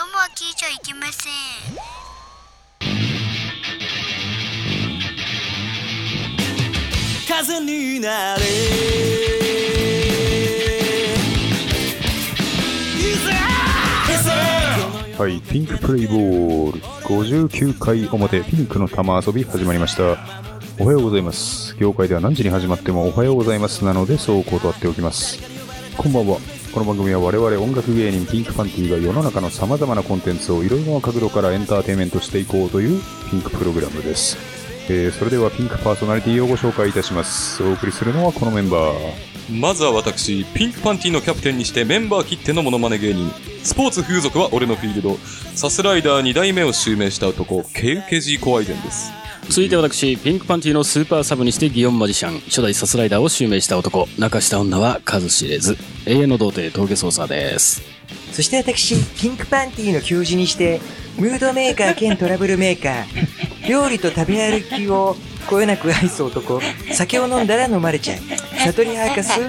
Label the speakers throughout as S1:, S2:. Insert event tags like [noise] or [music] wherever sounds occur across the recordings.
S1: ゃいけません
S2: 風になれ
S3: はい、ピンクプレイボール59回表ピンクの玉遊び始まりましたおはようございます業界では何時に始まってもおはようございますなのでそう断っておきますこんばんはこの番組は我々音楽芸人ピンクパンティが世の中の様々なコンテンツをいろいろな角度からエンターテインメントしていこうというピンクプログラムです、えーそれではピンクパーソナリティをご紹介いたしますお送りするのはこのメンバー
S4: まずは私、ピンクパンティのキャプテンにしてメンバー切ってのモノマネ芸人。スポーツ風俗は俺のフィールド。サスライダー2代目を襲名した男、ケウケジーコアイデンです。
S5: 続いて私、ピンクパンティのスーパーサブにして祇園マジシャン、初代サスライダーを襲名した男、中下女は数知れず、永遠の童貞、峠捜査です。
S6: そして私、ピンクパンティの教授にして、ムードメーカー兼トラブルメーカー、料理と食べ歩きをこよなく愛す男、酒を飲んだら飲まれちゃう、シャトリー博士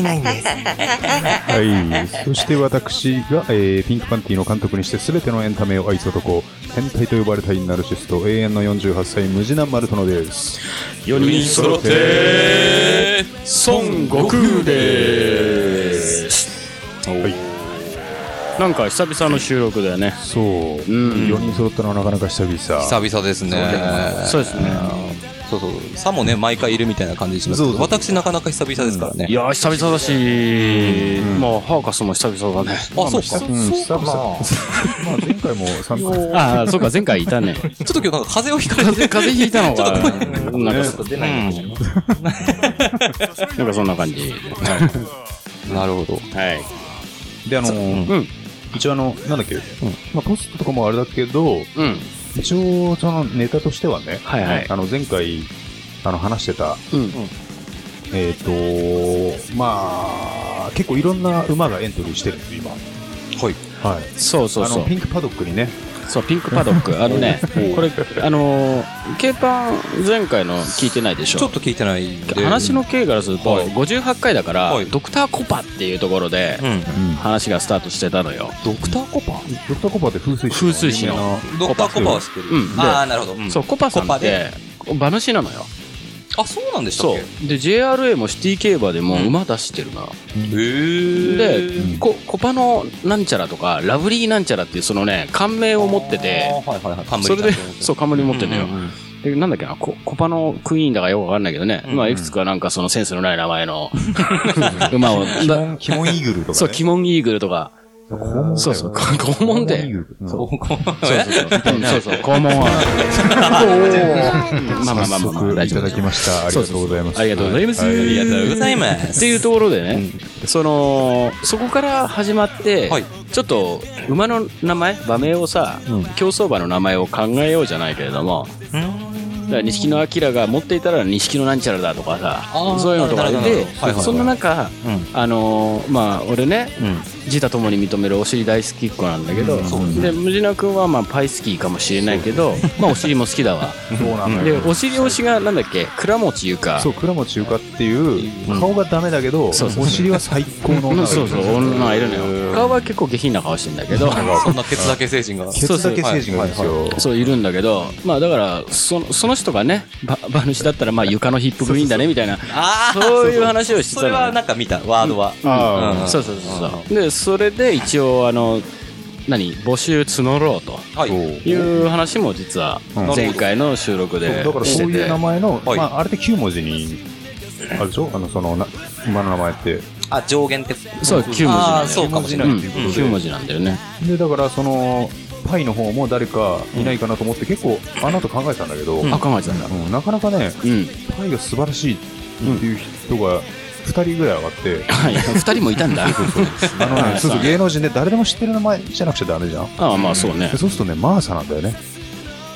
S6: 59です。
S3: はい、そして私が、えーピンクパンティの監督にして全てのエンタメを愛す男変態と呼ばれたイナルシスト永遠の48歳無地なマルトノです
S5: 4
S4: 4人揃って、孫悟空です。
S5: なんか久々の収録だよね。
S3: そう、
S5: ん
S3: 4人揃ったのはなかなか久々
S4: 久々ですね。
S5: そうですね。
S4: そうそう。さもね、毎回いるみたいな感じしますけど、私なかなか久々ですからね。
S5: いやー、久々だし、まあ、ハーカスも久々だね。
S4: あ、そうか。
S3: うん、
S4: そう
S3: 久々、 [laughs] まあ、前回も3回
S5: ああ、そうか、前回いたね。
S4: ちょっと今日なんか風邪をひかれて
S5: 風、風邪ひいたのが、なんか、
S6: 出ないんだよね。
S5: なんかそんな感じ。
S4: [laughs] なるほど。
S5: はい。
S3: であのー
S5: うん
S3: 一応あのなんだっけ、まあ、ポストとかもあれだけど
S5: うん。
S3: 一応そのネタとしてはね、
S5: はいはい
S3: あの前回あの話してた
S5: うん。
S3: えっ、とまあ結構いろんな馬がエントリーしてるんです今
S4: はい。
S3: はい
S5: そうそう
S3: あ
S5: そう
S3: のピ。ンクパドックにね
S5: そう、ピンクパドック。あのね、これ、あのー、K パン前回の聞いてないでしょ。
S4: ちょっと聞いてないんで。
S5: 話の経緯からすると、
S4: はい
S5: 58回だから、
S4: はい
S5: ドクターコパっていうところで
S4: うん。
S5: 話がスタートしてたのよ。
S4: ドクターコパ
S3: ドクターコパって風水
S5: 風水師の
S4: ドクターコパは知ってる。
S5: うんで
S4: ああ、なるほど。ん
S5: そう、コパさん
S4: コパ
S5: って
S4: で、
S5: 馬主なのよ。
S4: あ、そうなんでしたっ
S5: そ
S4: け
S5: う。で、JRA もシティ競馬でも
S4: うん
S5: 馬出してるのよ。
S4: へ
S5: で、こコパのなんちゃらとか、ラブリーなんちゃらっていうそのね、感銘を持ってて、
S4: はいはいはい。
S5: それで、そう、
S4: う、
S5: 冠持ってんのよ
S4: う。んうん
S5: で、なんだっけな、ココパのクイーンだかよくわかんないけどね、
S4: うん
S5: まあ、いくつかなんかそのセンスのない名前の馬を、だ
S3: キモンイーグルとか、ね、
S5: そう、キモンイーグルとか、
S3: モ
S5: そうそう、拷問で、
S3: そう
S5: そうそうそう。そうそう。肛門
S7: [laughs]
S5: は。まあま
S3: 早
S5: あまあまあまあ、
S3: 速
S5: 大
S3: い
S5: 丈
S3: ただ
S5: 夫です
S3: きましたありがとうございます
S5: ありがとうございます。
S3: は
S4: ありがとうございま
S5: っ
S4: す。
S5: ていうところでね、その、そこから始まって、
S4: はい
S5: ちょっと、馬の名前、馬名をさ、競走馬の名前を考えようじゃないけれども、だから錦野明が持っていたら錦野なんちゃらだとか
S4: あ
S5: さ
S4: ー、
S5: そういうのとか
S4: なるほどな
S5: で
S4: るほどはいはいは、い
S5: その中、
S4: うん
S5: あのーまあ、俺ね、
S4: うん
S5: 自他ともに認めるお尻大好きっ子なんだけど、でムジナ君はまあパイ好きかもしれないけど、まあお尻も好きだわ
S3: そうなんだ
S5: で
S3: よ
S5: お尻推しがなんだっけ倉持優香
S3: そう倉持中華っていう顔がダメだけど、お尻は最高の
S5: う
S3: 女
S5: んそうそう女がいるのよ顔は結構下品な顔してんだけど
S4: そんなケツだけ精神が。
S3: ケツだけ成人がいるんですよ
S5: そういるんだけどまあだからそのその人がねば馬主だったらまあ床のヒップ部員だねみたいな
S4: あー
S5: そういう話をしてた
S4: それ
S5: のよ
S4: はなんか見た、ワードは。
S3: あ
S4: うん
S5: そうそうそうそうでそれで一応あの何募集募ろうと
S4: はい。
S5: いう話も実は前回の収録
S3: あ、
S5: で
S3: だから
S5: し
S3: そう
S5: て
S3: いう
S5: て
S3: 名前の、
S4: はい
S3: まあ、あれって9文字にあるでしょあのそのな馬の名前って
S4: あ、上限って。
S5: そう9文字な
S4: あ
S5: んだよね
S4: あ、そうかもしれな
S5: う
S4: い。
S5: ん、
S4: うん
S5: 9文字なんだよね
S3: でだからそのパイの方も誰かいないかなと思って結構あの後考えたんだけど、
S5: 赤松さんだ
S3: うんなかなかね
S5: うん
S3: パイが素晴らしいっていう人が2人ぐらい上がって、
S4: [laughs]
S5: はい2人もいたんだ [laughs]
S3: あのね、そうそう
S5: はい
S3: 芸能人で誰でも知ってる名前じゃなくちゃダメじゃん
S5: ああまあそうね
S3: でそうするとねマーサなんだよね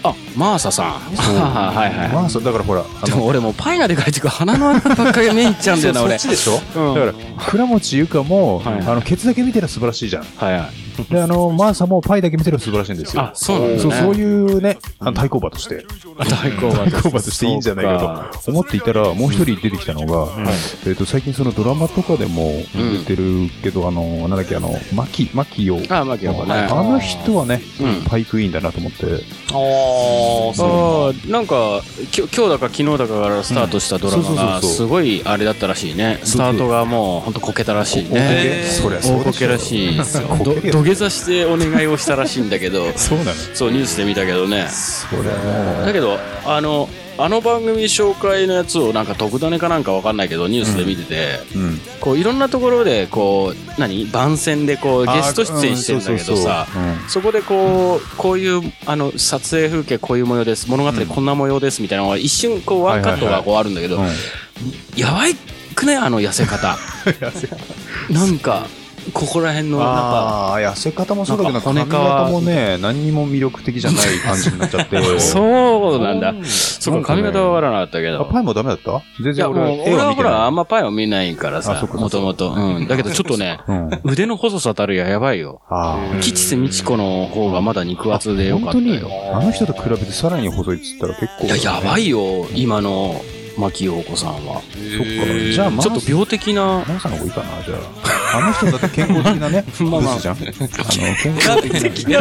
S5: あマーサさん [laughs] はいはい、
S3: まあそうだからほらあ
S5: で
S3: の
S5: も俺もうパイナで描いてく鼻の穴ばっかり目いっちゃうんだよな
S3: そ
S5: 俺
S3: っちでしょ、
S5: うん
S3: だから倉持ゆかも、
S5: はい
S3: あのケツだけ見てら素晴らしいじゃん
S5: はいはい
S3: であのマーサもパイだけ見てら素晴らしいんですよ
S5: あそうなんだね
S3: そうそういうねあの対抗馬として
S5: 大好
S3: [laughs] 対抗馬としていいんじゃないかと思っていたらもう一人出てきたのが、えっと最近そのドラマとかでも出てるけど、あのなんだっけあのマキマキヨ
S5: あマキヨ子ね
S3: あの人はね、
S5: うん
S3: パイクイーンだなと思って
S4: ああ、
S5: あーなんかきょ今日だか昨日だかからスタートしたドラマ
S3: うんそうそうそう
S5: が
S3: そう
S5: すごいあれだったらしいねスタートがもう本当こけたらしいね
S3: えーそりゃそう
S5: 大こけらしいですよど
S3: こけるよ
S5: 土下座してお願いをしたらしいんだけど
S3: そうなの
S5: そうニュースで見たけどね
S3: それは
S5: だけどあのあの番組紹介のやつをなんか特ダネかなんかわかんないけどニュースで見てて、
S3: うん
S5: こういろんなところでこう何番宣でこうゲスト出演してるんだけ
S3: あーう
S5: どさ、
S3: んそうそうそううん
S5: そこでこう、こういう、あの、撮影風景こういう模様です、物語こんな模様ですみたいなのが一瞬こうワンカットがこうあるんだけど、やばいくねあの痩せ
S3: [laughs]
S5: 方。なんか、ここら辺の、なんか、
S3: ああ痩せ方もそうだけど
S5: なんか骨
S3: 髪
S5: 皮
S3: 型もね何にも魅力的じゃない感じになっちゃって
S5: [laughs] そうなんだ。
S3: そ
S5: そこ髪型はわからなかったけ
S3: あパ
S5: ど。
S3: イもダメだった全
S5: いや、
S3: 然
S5: も
S3: 俺絵
S5: う俺
S3: は
S5: は
S3: 見
S5: ほ
S3: て
S5: ら、あ
S3: ない
S5: んまパイを見ないから
S3: あそ
S5: さ
S3: っ、かそ
S5: も
S3: っか
S5: ともと。うん。だけどちょっとね、
S3: うん
S5: 腕の細さたるややばいよ。
S3: あー
S5: 吉瀬美智子の方がまだ肉厚でよか
S3: 本当
S5: った
S3: に
S5: よ。
S3: あの人と比べてさらに細いっつったら結構
S5: いや、やば
S3: い
S5: いよ、今の牧陽子さんは。
S3: そっかじゃあまあ
S5: ちょっと病的な。
S3: マナさんの方がいいかなじゃああの人だって健康的 [laughs] なね
S5: まあまあ
S3: ブスじゃんあの健康的な
S5: 健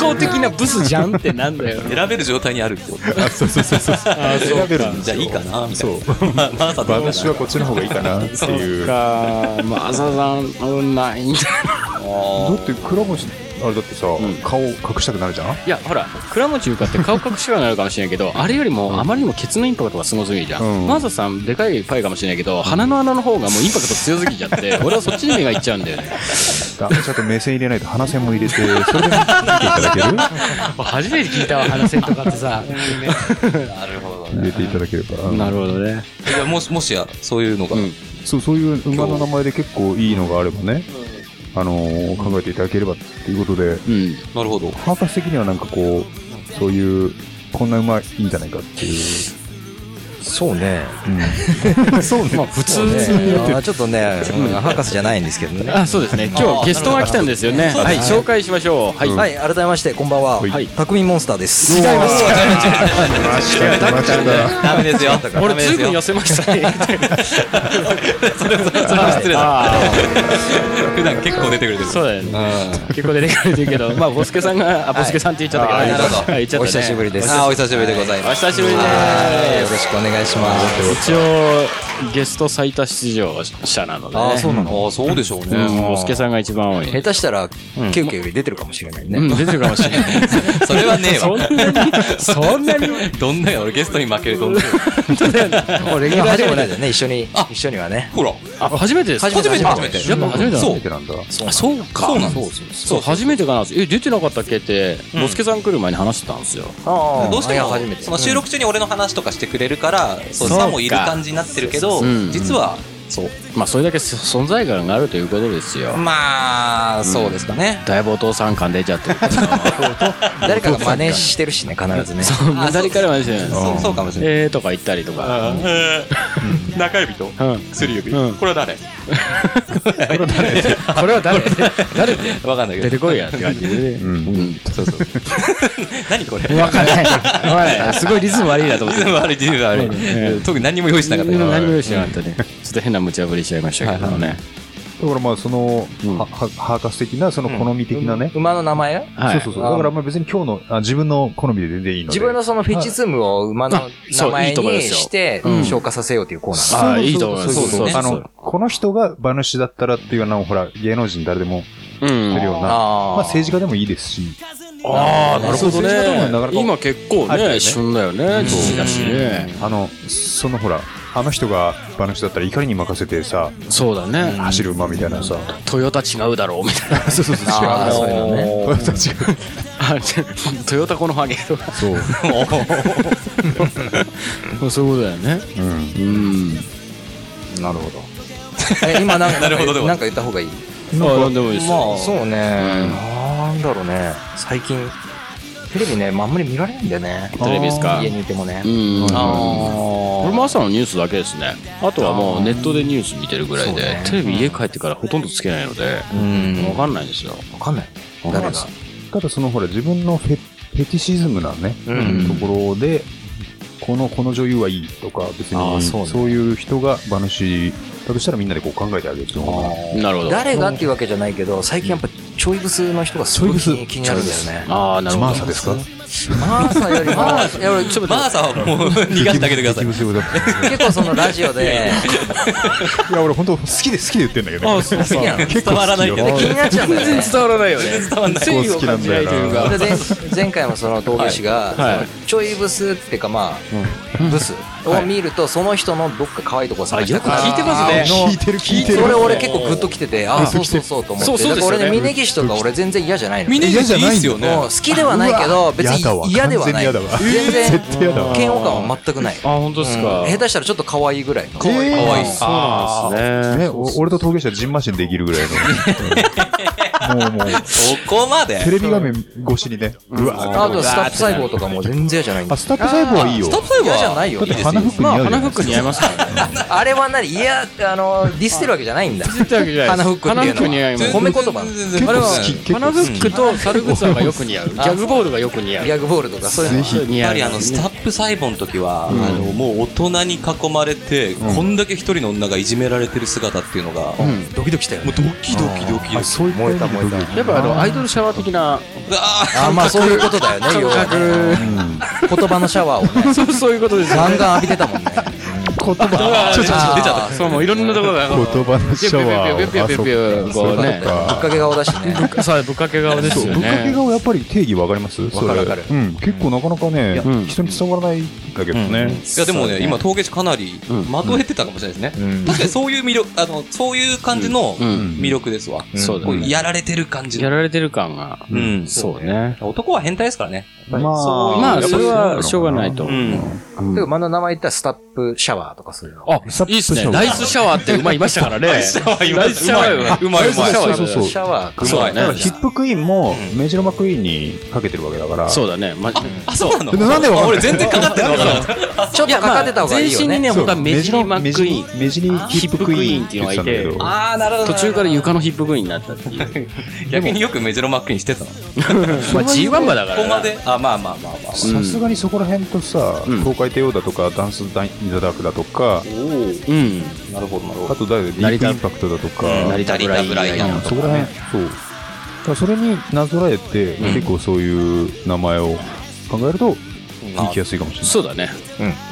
S5: 康的なブスじゃんってなんだよ。
S4: 選べる状態にあるってこと
S3: そうそうそうそう選べるんですよ
S4: じゃあいいかなみたいな。
S3: そう
S4: まあ、まあ、さどうかな
S3: 私はこっちの方がいいかなっていうだ
S5: か、まあ、ささん、うんないんだ。
S3: って黒星あれだってさ顔隠したくなるじゃん
S5: いや、ほら、倉持ゆかって顔隠しはなるかもしれないけど、あれよりも、あまりにもケツのインパクトがすごすぎるじゃ
S3: うん
S5: ん。マーサさん、でかいパイかもしれないけど、鼻の穴の方がもうインパクト強すぎちゃ [laughs] って、俺はそっちに目がいっちゃうんだよね。
S3: ダメちょっと目線入れないと鼻線も入れ [laughs] てそれで見ていただける
S5: 初めて聞いたわ、鼻線とかってさ。
S4: なるほど
S3: 入
S4: ね。
S3: れていただければ
S5: なるほどね。
S4: いやもし、もしや、そういうのが。
S5: うん
S3: そうそういう馬の名前で結構いいのがあればね、あのー考えていただければっていうことで
S5: うん。
S4: なるほど。
S3: パーカス的にはなんかこうそういうこんな馬いいんじゃないかっていう、
S1: そうね。
S3: そうね
S5: まあ、普通
S1: そうね
S5: に言ってる
S1: あーちょっとね、うん博士じゃないんですけどね。
S5: あ、そうですね。今日ゲストが来たんですよね。はい、紹介しましょう。はい。
S1: はい、改めまして、こんばんは。
S3: はい
S1: 匠モンスターです。。
S5: 違います
S4: ダメですよ。
S5: 俺
S4: ダメで
S5: ず
S4: す
S5: いぶん
S4: よ。[laughs]
S5: 寄せましたね。 [laughs]
S4: それ、それ失礼だ。普段結構出てくれてる。
S5: そうだよね。結構出てくれてるけど、まあボスケさんがあボスケさんって言っちゃった
S1: あー
S5: け
S1: なるほ
S5: ど、はい言っちゃった
S1: お
S5: ね
S1: 久しぶりです。
S4: あー、お久しぶりでござい
S5: お
S4: ます。
S5: 久しぶりで
S1: はいよ
S5: す。
S1: ろしくお願いします。
S5: 一応ゲスト最多出場者なのでね。
S1: ああ、そうなの
S4: ああ、そうでしょうね。
S5: うんボスケさんが一番多い。
S1: 下手したら、ケウケより出てるかもしれないね。
S5: うん出てるかもしれない。 [laughs]
S4: それはねえわ。
S5: そんなに
S4: [laughs] どんなや、俺ゲストに負けると思う。
S1: もうレギュラーでもないじゃんね、一緒に。一緒にはね。
S4: [laughs] ほら。
S5: あ初めてですか。
S4: 初めて、初めて。
S5: やっぱ初めてだ
S4: そう。
S3: てなんだ
S5: あそうか。
S4: そうなん
S5: そう
S4: です
S5: そう初めてかな。え出てなかったっけってボスケさん来る前に話してたんですよ。
S1: あ
S4: どうして
S1: いや
S4: も
S1: 初めて
S4: そ。の収録中に俺の話とかしてくれるから、そうさもいる感じになってるけど
S5: うん、
S4: 実は、そう。
S5: まあそれだけ存在感があるということですよ。
S4: まあ、そうですかね。
S5: だいぶお父さん感出ちゃってるけど。
S1: 誰かが真似してるしね、必ず
S5: [laughs]
S1: ね。
S4: あ
S5: 誰からもですね。
S4: そうそうかもしれない。
S5: えーとか言ったりとか。
S4: 中指と
S5: うん。
S4: 薬指
S5: うん
S4: これは誰
S5: これは [laughs] 誰誰って
S4: わかんない
S5: 出
S4: け
S5: て
S4: ど。
S5: こいやって感じで。うんん。
S4: そうそう。何これ
S5: わかん [laughs] ない。わかんない。すごいリズム悪いなと思っ
S4: リ
S5: て
S4: ズ。ム悪い、リズム悪い。特に何も用意しなかった
S5: 何
S4: から。
S5: も用意してなかったね。ちょっと変な無茶ぶりしちゃいましたけどね。
S3: だからまあその、
S5: うん
S3: ははハーカス的なその好み的なね、
S1: 馬の名前
S5: はい。
S3: そうそうそうだからまあ別に今日のあ自分の好みで全然いいので
S1: 自分のそのフェチズムを馬の名
S5: そうい
S1: 前
S5: いとこで
S1: に
S5: すよ
S1: して
S5: うん
S1: 消化させようというコーナ
S5: あ
S1: ー。
S5: あ、いいと思います。
S3: そうそうそう
S5: ね
S3: あのこの人が馬主だったらっていうのはほら芸能人誰でも
S5: う
S3: 出る
S5: ん。
S3: ような
S1: あー
S3: まあ、政治家でもいいですし
S5: ああ、なるほ
S3: そ
S5: ど
S3: うそういうのもなかなか
S5: ね。今結構
S3: あるよ
S5: ね、
S3: ね
S5: 旬だよね。父だしね。
S3: あのそのほらあの人が馬主だったら怒りに任せてさ
S5: そうだね。
S3: 走る馬みたいなさ、
S5: トヨタ違うだろうみたいな。
S3: そうそうそう違う
S1: あーそういうのね。
S5: あじゃあ [laughs] トヨタこのハゲとか。
S3: そう、
S5: [laughs] そういうことだよね。
S3: うん、
S5: うん。
S1: なるほど。え今なんか
S4: なるほどでも
S1: なんか言った方がいい。
S5: ああ、なんでもいいですよ。
S1: そうね、なんだろうね。最近テレビね、まああんまり見られないんだよね。
S5: テレビですか
S1: 家にいてもね
S5: う。ん、
S3: はい
S5: これも朝のニュースだけですねあとはもうネットでニュース見てるぐらいで、
S1: そうね
S5: テレビ家帰ってからほとんどつけないので、
S1: うん。
S5: わ
S1: わ
S5: かんないんですよ
S1: かんない。
S5: わかんない
S1: 誰
S5: で
S1: が
S5: す。
S3: ただそのほら自分のフェフェティシズムなね、
S1: うん
S3: ところでこのこの女優はいいとか別
S1: あー
S3: に
S1: そうね
S3: そういう人が馬主だとしたらみんなでこう考えてあげるのが
S5: なるほど
S1: 誰がっていうわけじゃないけど、最近やっぱちょいブスの人がすごい
S3: ちょいブ
S1: 気
S3: ス
S1: 気になるんだよね。
S5: ああなるほど
S3: マーサですか
S1: マーサよりも、いや俺ちょっと
S4: マーサはもう逃がしてあげてくださ
S3: 激
S4: い。
S3: ムズだった
S1: 結構そのラジオで、
S3: いや俺本当好きで好きで言ってんだけど、ね、
S1: 好きなの。
S3: 結構
S4: 伝わらない
S3: 好
S4: け
S3: き
S4: ど
S3: よ
S1: 気になっちゃうんだよね。
S5: 伝わらないよね
S3: 結構好きなんだよな
S1: で前前回もその峠師が、そのちょいブスっていうかまあ、ブスを見るとその人のどっか可愛いとこ探して
S5: あよく聞いてますね
S3: 聞いてる聞いてる
S1: それ俺結構グッときててああそうそうそうと思って
S5: そうそうですよね
S1: だから俺ね峯岸とか俺全然嫌じゃないの
S4: みんな
S3: 嫌じゃ
S4: いい
S3: ない
S4: っ
S3: ん
S4: す
S3: だよ
S4: よ
S1: もう
S4: ね
S1: 好。きではないけど別
S3: やだわ
S1: に嫌ではない
S3: 完全に嫌だわ
S1: 全然
S3: 絶対やだわ
S1: 嫌悪感は全くない
S5: あ本当ですか、
S1: 下手したらちょっと可愛いぐらいの
S3: 愛い
S4: 可愛
S3: ね
S4: い
S5: そうなんですね
S3: ね、お俺と陶芸者ジンマシンできるぐらいのもうもう
S4: そこまで
S3: テレビ画面越しにねうわー
S1: あとスタッフ細胞とかも全然嫌じゃないんだ
S3: あスタッフ細胞はいいよ
S4: スタッフ細胞
S1: 嫌
S4: は
S1: じゃないよ
S3: だって花服似
S5: ま
S3: 合う
S5: あ
S3: じゃな
S5: 花
S3: い
S5: フ
S3: で
S5: ック
S3: す
S5: 似合いますからね
S1: あれは何いやあのディスってるわけじゃないんだ
S5: 言ってわけじゃないです
S1: 花フックっていうのは
S5: 花フック似合いま
S1: 褒め言葉
S4: 全然
S3: 結
S4: 全然
S3: 構
S4: あれは
S3: 好き結
S5: す
S3: 構
S5: 花フックと猿グッズがよく似合うギャグボールがよく似合う
S1: ギャグボールとかそういうの
S3: ぜひ
S5: 似合う
S4: やっぱりあのスタッフ細胞の時は、あのもう大人に囲まれて、こんだけ一人の女がいじめられてる姿っていうのが、もう
S1: ドキドキしたよね
S4: ドキドキドキド
S3: あ
S4: キ
S3: そういった意味で
S1: 燃えた燃え
S5: やっぱあのアイドルシャワー的な
S4: あ
S1: あまあそういうことだよね要はね言葉のシャワー
S5: [laughs]
S1: をね
S5: そうそういうことですよ
S1: ガン
S5: ね
S1: ガン浴びてたもんね
S3: 言葉
S4: ーちょっとちょっと出ちゃ
S1: あ
S4: っ
S1: ー
S5: そうもういろんなところが
S3: 言葉のシャワーを
S5: ピュピュピュピュピュピュ
S3: あ
S5: こうね
S3: そうか
S1: ぶっかけ顔だしね
S5: そうぶっかけ顔ですよ
S3: ぶっかけ
S5: ね
S3: 顔やっぱり定義わかりますわ
S1: かるわかる
S3: うん結構なかなかね
S5: うん
S3: 人に伝わらないんだけどね
S4: いやでもね、今、峠師かなりまとえてたかもしれないですね、確かにそういう魅力、あのそういう感じの
S5: うん
S4: 魅力ですわ、
S5: そうだ
S4: こう
S5: ね
S4: やられてる感じ
S5: や
S4: の、
S5: られてる感が
S4: うん、
S5: そうね
S4: 男は変態ですからね、
S3: まあ
S5: まあそれはしょうがないと
S4: うん、
S1: でも、まだ名前言ったらスタップシャワーとかそういうの。
S5: あいいっすねライスシャワーって馬いましたからねライスシャワ
S4: ーいま
S5: ま
S4: したうまいうまいうまいう
S5: ライスシャワー
S3: そうそうそう
S1: シャワーか。
S4: うまい
S5: ね
S3: だからヒップクイーンもメジロマクイーンにかけてるわけだから
S5: そうだねま
S4: あ、そうなの
S3: でもなんでわかんない
S4: 俺、全然かかってんの [laughs] かなと思った
S1: ちょっとかかってた方がいいよね。
S5: 全身にね
S3: そう
S5: 本当はメジリマックイーン
S3: メジリメジリヒップクイーンって言ってたんだけ
S5: ヒップクイーンっていうの
S3: ど
S4: あー、なるほど
S5: 途中から床のヒップクイーンになったっていう
S4: 逆によくメジロマックにしてたの、こ
S5: まあ G1 馬だか
S4: こ
S5: ら
S4: ま
S5: な
S4: で、あ、まあまあまあまあ、
S5: うん
S3: さすがにそこら辺とさ
S5: うん
S3: 東海帝王だとかダンスダイン・ザ・ダークだとか
S5: うん
S4: なるほど、なるほ
S3: あ
S4: ど、
S3: と誰だディープインパクトだとか
S4: うん
S5: 成田ブライアン
S3: そこら辺そうだからそれになぞらえて結構そういう名前を考えると行きやすいかもしれない
S5: そうだね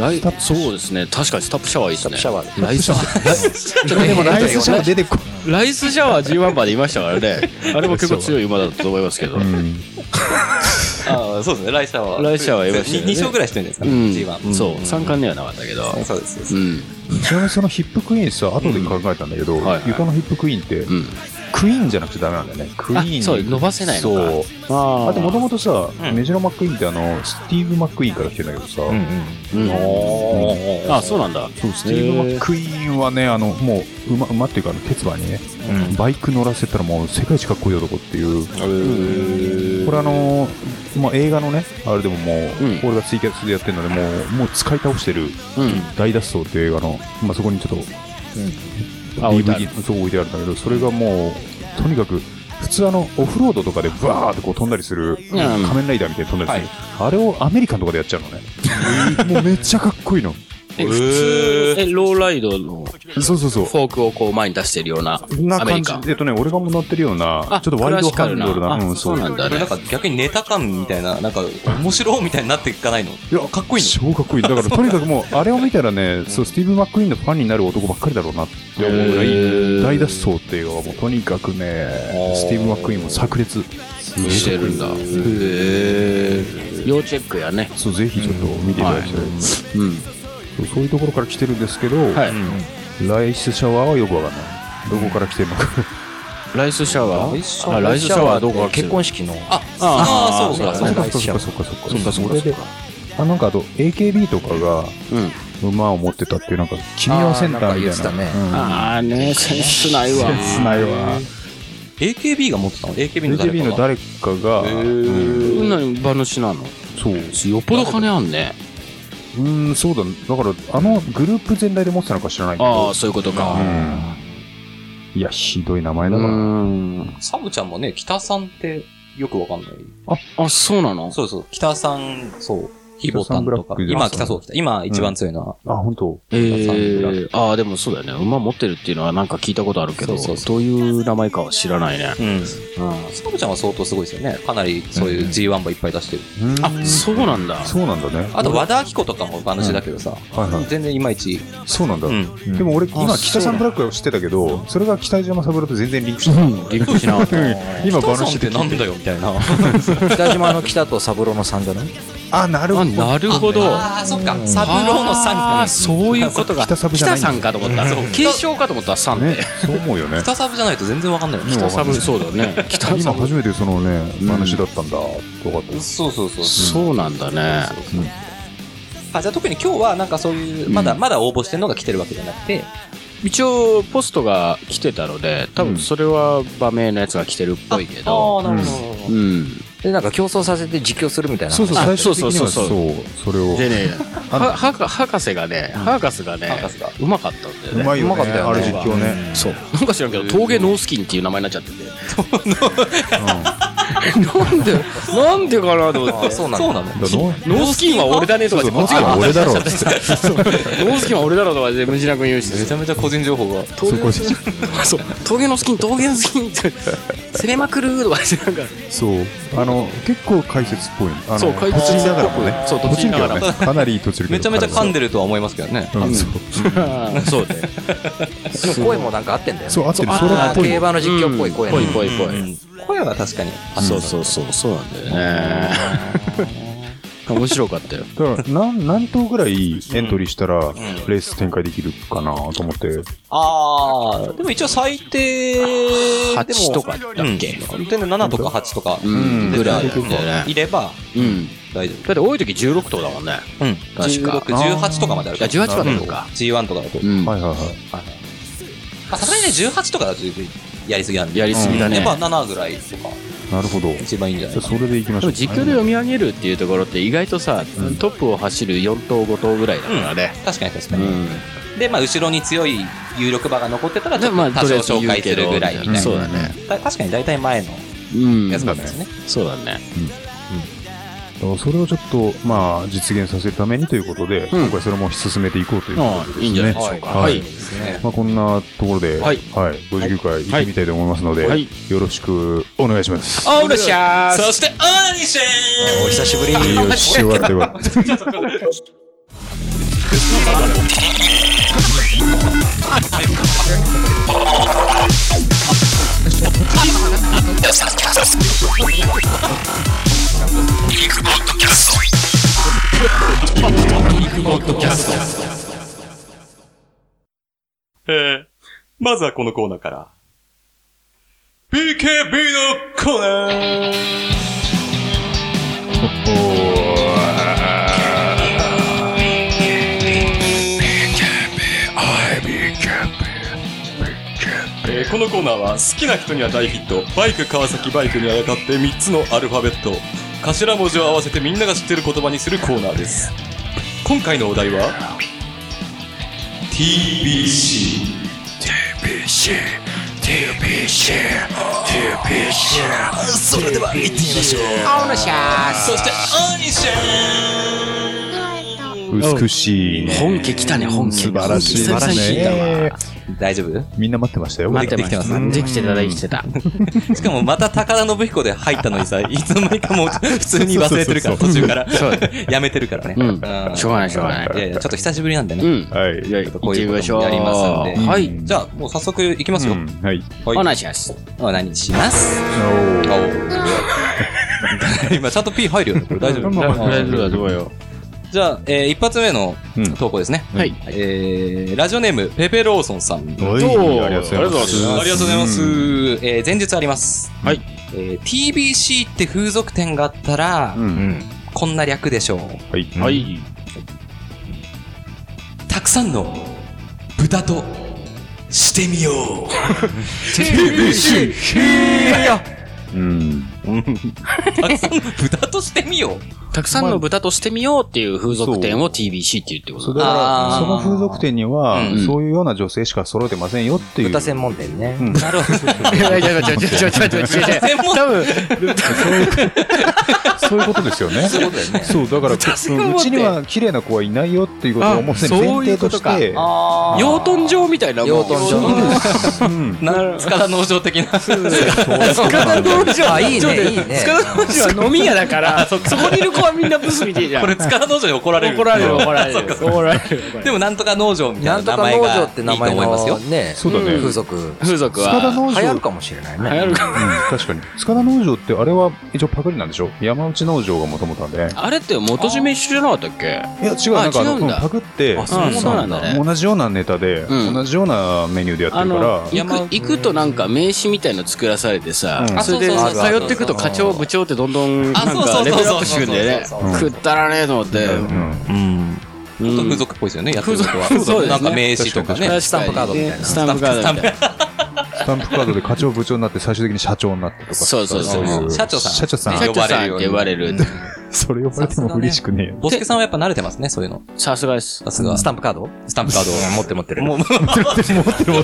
S5: ライそうですね確かにスタップシャワーいいですね
S1: スタップシャワ
S5: ライスシャワー
S3: でもライスシャワー出てこ
S5: ライスシャワー G1 馬でいましたからねあれも結構強い馬だったと思いますけど
S4: あーそうですね、ライシャワー、
S5: ライシャワーやりましたよね
S4: 2勝ぐらいしてるんじゃ
S5: う
S4: ない
S5: ん
S4: ですか、G1、
S5: そう3冠にはなかったけど
S4: そうですそうです
S5: うん
S3: ちなみにそのヒップクイーンさ後で考えたんだけど
S5: んはいはい
S3: 床のヒップクイーンって
S5: うん
S3: クイーンじゃなくちゃダメなんだよねクイーン
S5: あそう伸ばせないのか
S3: そう
S5: あ
S3: あともともとさ
S4: うん
S3: メジロマックイーンってあのスティーブ・マックイーンから来てんだけどさ
S5: あそうなんだ
S3: そうスティーブ・マックイーンはねあのもう馬馬っていうかあの鉄馬にね、バイク乗らせたらもう世界一かっこいい男っていうこれあの、まあ、映画のねあれでももう、
S5: うん
S3: 俺がツイキャスでやってるのでもうもう使い倒してる
S5: うん
S3: 「大脱走」っていう映画の、まあ、そこにちょっと、
S5: あ置いてある
S3: DVD そう置いてあるんだけどそれがもうとにかく普通あのオフロードとかでバーってこう飛んだりする、仮面ライダーみたいに飛んだりする、あれをアメリカンとかでやっちゃうのね
S5: [laughs]
S3: もうめっちゃかっこいいの
S5: え普通えローライドの
S3: そうそうそう
S5: フォークをこう前に出してるような
S3: な
S5: アメ
S3: 感
S5: リ
S3: じ
S5: カン。
S3: えっとね、俺がもう乗ってるような、ちょ
S5: あ
S3: っとワイドハンドルな、
S5: クラシカル
S3: う
S5: な
S3: ん、
S5: あそうなんだ
S4: これなんか逆にネタ感みたいな、なんか面白みたいになっていかないの
S3: いや、かっこいい超かっこいい。だ
S5: [laughs]
S3: から、とにかくもう、あれを見たらね、そう、スティーブ・マック・イーンのファンになる男ばっかりだろうなって思うぐらい、大脱走っていう映画はもう、とにかくね、スティーブ・マック・イーンも炸裂
S5: してるんだ。へえ。要チェックやね。
S3: そう、ぜひちょっと見ていただきたい。
S5: うん。
S3: そうそういうところから来てるんですけど、
S5: はい。
S3: ライスシャワーはよくわかんない。どこから来てるのか。
S5: ライスシャワー。あライスシャワーどこか
S1: 結婚式の。
S4: あ、
S5: あ
S4: あー、そうか、
S1: あ
S4: そう
S1: そう
S4: か。
S1: か
S3: そっかそっかそっかそっか。
S1: うん
S3: それで、あ、なんかあと、AKB とかが、
S5: うん。
S3: 馬を持ってたっていう、なんか、君はセンターみたいな。
S1: あーなんか言ってたね
S3: うん
S5: ああねセンスないわ。
S3: ないわ。
S4: AKB が持ってたの ?AKB の誰か
S3: AKB の
S4: が
S3: 誰かが、うん
S5: う何話なの
S3: そう
S5: よっぽど金あんね
S3: うーんそうだだからあのグループ全体で持ってたのか知らないけ
S5: あ
S3: ど
S5: あそういうことか
S3: うんいやひどい名前
S5: う
S3: だな
S5: ーん
S4: サブちゃんもね、北さんってよくわかんない。
S5: あそうなの
S4: そうそう、北さん、そう、ヒボ
S3: 北
S4: タンと
S3: さんブラッ
S4: か。
S3: ク
S4: 今、北そう、北。今一番強いのは、
S3: あ本当
S5: えー、ああでもそうだよね馬持ってるっていうのはなんか聞いたことあるけ
S4: そ
S5: ど
S4: うそうそ
S5: どういう名前かは知らないね
S4: うん。サブちゃんは相当すごいですよね。かなりそういう G1 もいっぱい出してる。
S5: あそうなんだ
S3: そうなんだね
S4: あと、和田アキ子とかも話だけどさ、
S3: はいはい
S4: 全然いまいち。
S3: そうなんだ
S4: うん。
S3: でも俺今
S5: あ
S3: 北さんブラックは知ってたけどそれが北島三郎と全然リンクしてない
S5: リンクしなかった
S3: 今
S4: 北さん
S3: 話
S4: っ
S3: で
S4: て
S3: 聞い
S4: なんだよ、みたいな。
S1: 北島の北と三郎の三じゃない
S3: あなるほ
S5: あ
S3: ど
S5: なるほど
S4: ああ、そっか。サブローのさん
S5: あ
S4: か
S5: ー。そういうことが
S3: 北サブじゃない
S5: 北さんかと思った継承かと思ったらさん
S3: ね
S5: で
S3: そう思うよ
S5: [laughs]
S3: ね
S4: 北サブじゃないと全然わかんないよね。
S5: 北サブそうだね北サ
S3: 今
S5: ブ
S3: 初めてそのね話だったんだとかって
S4: そうそうそう。
S5: そうなんだね
S4: あじゃあ特に今日はなんかそういう、まだ、まだ応募してるのが来てるわけじゃなくて、
S5: 一応ポストが来てたので多分それは場名のやつが来てるっぽいけど、
S4: ああ、なる
S3: ほ
S4: ほど。
S5: うん、
S1: でなんか競争させて実況するみたいな
S3: そうそう
S5: あ
S3: 最終的には
S5: そ
S3: そう
S5: そう
S3: うそれを
S5: でね
S3: あ
S5: ははか博士がね博士がね
S4: 博士が
S5: うまかったんだよ
S3: う
S5: ね
S3: まいよねあ
S5: よね
S3: れ実況ね
S5: そうなんか知らんけど峠ノースキンっていう名前になっちゃってて [laughs] なんでなんでかなと思って
S1: そうな
S4: そう
S1: の
S4: なの
S3: だからノー
S5: ノースキンは俺だねとかって
S3: ノースキンは俺だろうっつって
S5: ノースキンは俺だろうとかでムジナ君言うし
S4: めちゃめちゃ個人情報が。
S5: そこ [laughs] そう峠のスキン峠のスキンって攻めまくるとかしてなんか
S3: そうあの結構解説っぽいあの
S5: そう解
S3: 途
S5: 説
S3: 中な
S5: っぽく
S3: がらもね
S5: そう途中ながらも
S3: 途中ねかなりいい途中
S4: めちゃめちゃ噛んでるとは思いますけどね。
S3: うんそう
S5: そうね
S1: でも声もなんか合ってんだよね
S3: そう合ってるそれ
S1: あ
S3: っ
S1: ー
S3: ぽい
S1: 競馬の実況っぽい声ね
S5: ぽいぽいぽい、
S4: 声は確かに。
S5: そうそうそうそうなんだよね面白かったよ
S3: だから何何頭ぐらいエントリーしたらレース展開できるかなと思って、
S4: ああ、でも一応最低でも、
S5: 8とかだっけ
S4: うん全然7とか8とか、
S5: うんぐらいだよ
S4: い
S5: ね
S4: れば
S5: うん
S4: 大丈
S5: だって多い時16頭だもんね
S4: 夫。うん。
S5: 確か
S4: 16、18とかまである
S5: いや18まである
S4: か
S5: か、
S4: うん G1 とかだと。
S5: うん
S3: はいはいはい
S4: まあさすがにね、18とかだとやりすぎなんで。
S5: やりすぎだね
S4: やっぱ7ぐらいとか、
S3: なるほどじ
S4: 一番いいんじゃない
S3: ゃあ
S4: か
S3: それでいきまし
S5: で
S3: ょ
S5: も
S3: う
S5: 実況で読み上げるっていうところって意外とさ、トップを走る4頭5頭ぐらいだからね、
S4: な。確かに確かに。で、まあ、後ろに強い有力馬が残ってたら、ちょっと多
S5: とり
S4: 少
S5: あえず
S4: 紹
S5: 言
S4: 介
S5: うけ
S4: す
S5: ど
S4: るぐらいみたいな。
S5: そうだね
S4: た確かに大体前の
S5: うん
S4: やつなんですね。
S5: そうだね
S3: だからそれをちょっとまあ実現させるためにということで、
S5: うん
S3: 今回それも進めていこうという
S5: あ
S3: こと
S5: あ
S3: で
S5: いいんじゃないでしょうか
S3: はい
S5: はい
S3: まあ、こんなところで、
S5: は
S3: はいい、59回行ってみたいと思いますので、
S5: はい
S3: よろしくお願いします。
S5: おうらっしゃー
S4: そして、オーナニシェー
S1: お久しぶり
S3: よし、終わりでは。
S4: えー、まずはこのコーナーから。BKB のコーナーえーこのコーナーは好きな人には大ヒットバイク川崎バイクにあやかって3つのアルファベット頭文字を合わせてみんなが知ってる言葉にするコーナーです今回のお題は TBC TBC TBC TBC それでは行ってみましょうオーナシャーそして
S5: [laughs]
S3: 美しいね。
S5: 本家来たね本家
S3: 素晴らしい
S5: 本家
S3: です
S5: 久々に聞いたわ
S3: ね。
S4: 大丈夫
S3: みんな待ってましたよ。
S5: 待ってま
S4: できてま
S5: し
S4: す
S5: たできてたできてた
S4: しかもまた高田信彦で入ったのに
S5: [laughs]
S4: さ、いつの間にかもう普通に忘れてるから、途中から。 [laughs] やめてるからね。
S5: うんしょうがないしょうがない
S4: いやいや、ちょっと久しぶりなんで
S5: う
S4: ね。
S5: ん
S3: はい。
S5: じゃあ
S4: ちょっと
S5: 行
S4: こ
S5: っ
S4: うい
S5: て
S4: う
S5: みま
S4: こ
S5: しょ
S4: とも
S5: う
S4: やりますんで。
S5: はい
S4: じゃあ、もう早速行きますよ
S3: う。んはい。
S4: はい
S5: お願いします
S4: お何します
S3: お
S5: [laughs]
S3: ー
S4: 今、ちゃんと P 入るよね。これ大丈
S3: まあまあ大
S4: 夫
S3: 丈夫だ
S5: どうよ
S4: じゃあ、えー一発目の
S3: うん
S4: 投稿ですね。
S5: はい
S4: えーラジオネーム、ペペローソンさん。
S3: おいありがとうございます。
S4: ありがとうございます。えー前日あります。
S5: はい。
S4: えー TBC って風俗店があったら
S3: う、ん。
S4: こんな略でしょう。
S3: はい。
S5: は
S3: うん。
S5: い
S4: たくさんの豚としてみよう。
S3: うん。
S4: うたくさんの豚としてみよう。
S5: たくさんの豚としてみようっていう風俗店を TBC っていうってこ
S3: そ
S5: と
S3: うだ
S5: だ。
S3: から
S1: あー
S3: その風俗店には、
S5: うんうん
S3: そういうような女性しか揃えてませんよっていう。
S1: 豚専門店ね。
S3: うん
S5: なるほど。 [laughs] いやいやいやいやい [laughs] やいやいやいやいや
S4: 専門
S5: 多分、
S3: そういうことですよね。
S1: そういうことだよね。
S3: そう、だから、うちには綺麗な子はいないよっていうことをもうすでに前提とし
S5: あそうい
S3: て、
S1: あー
S5: 養豚場みたいなもん。
S1: 養豚場。
S3: うん
S4: な塚田農場的な。
S5: 塚田農場
S1: あいいねいいね
S5: 塚田農場は飲み屋だ [laughs] から、そこにいる子はみんなブスみてえじゃん。
S4: これ塚田農場に怒られる。
S5: [laughs] 怒られる、
S4: うん
S5: 怒ら [laughs] れる。怒られる。
S4: でもなんとか農場みた
S1: ないん
S4: な名
S1: とか
S4: 前
S1: 農
S4: が
S1: 場って名前
S4: いいと思います
S1: の
S4: よ。
S1: ね、
S3: そうだね
S1: 風俗。
S5: 風俗
S3: 塚田
S5: は、
S3: 農
S1: 流行る
S3: 場、
S1: かもしれない
S5: 流
S1: ね。
S5: 行るか。
S3: うん確かに。塚田農場ってあれは一応パクリなんでしょ山内農場がもともとなんで。
S5: あれって元締め一緒じゃなかったっけ
S3: いや、違う、なんかあの、
S5: 違う
S3: うんん
S5: だ
S3: パクって、
S1: あそうなんだ
S3: う
S1: そうなん
S5: だね
S3: 同じようなネタで、
S5: うん
S3: 同じようなメニューでやって
S5: あ
S3: る
S5: の
S3: か
S5: 行く行くとなんか名刺みたいの作らされてさ、
S3: うん
S5: それで
S4: あそうそうそう
S5: 通っていくと課長部長ってどんどんなん
S4: あそう
S5: か
S4: そうそうそう
S5: レベルアップしていくんだよね
S4: そう
S3: そうそう
S5: くったらねえと思って、
S3: ら、うん
S4: うん。
S5: う
S4: ちょっと風
S5: ん
S4: 俗っぽいですよね、やってることは。
S5: 風俗そうですね
S4: なんか名刺とかね。
S1: スタンプカードみたいな
S5: スタンプカードみたいな
S3: スタンプカードで課長部長になって最終的に社長になってとか。
S5: そうそうそう
S3: い
S4: 社長さん
S3: 社長さん。
S5: 社
S4: ね
S5: 長さんって呼ばれる
S3: それ呼ばれても嬉しくねえよ。
S4: ボスケさんはやっぱ慣れてますね、そういうの。
S5: さすがです
S4: さすが。
S1: スタンプカード
S4: スタンプカード。
S1: 持って持ってる。
S4: もう、
S3: 持ってる。